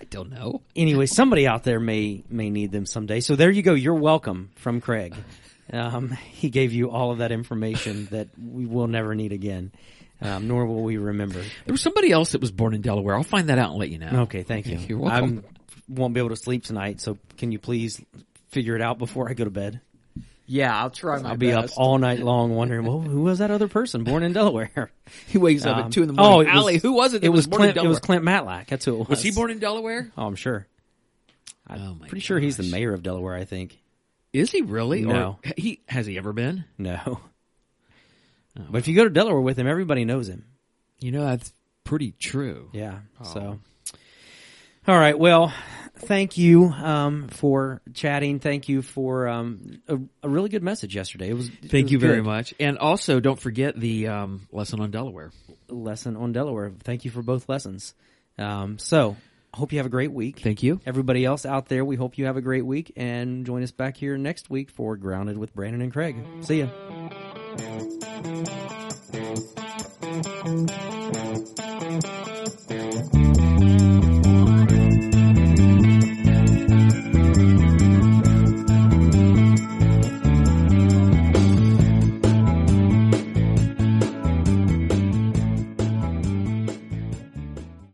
I don't know. anyway, somebody out there may may need them someday. So there you go. You're welcome from Craig. Um, he gave you all of that information that we will never need again, um, nor will we remember. There was somebody else that was born in Delaware. I'll find that out and let you know. Okay, thank you. You're welcome. I won't be able to sleep tonight, so can you please figure it out before I go to bed? Yeah, I'll try my I'll be up all night long wondering, well, who was that other person born in Delaware? He wakes Um, Oh, was- who was it? that It was born in Clint. It was Delaware? Clint Matlack. That's who it was. Was he born in Delaware? Oh, I'm sure. I'm Oh my pretty sure he's the gosh. mayor of Delaware. I think. Is he really? No. Or he has he ever been? No. Oh. But if you go to Delaware with him, everybody knows him. You know that's pretty true. Yeah. So. All right. Well, thank you um, for chatting. Thank you for um, a, a really good message yesterday. It was it Thank was you very good. much. And also, don't forget the um, lesson on Delaware. Lesson on Delaware. Thank you for both lessons. Um, so, hope you have a great week. Thank you. Everybody else out there, we hope you have a great week and join us back here next week for Grounded with Brandon and Craig. See ya.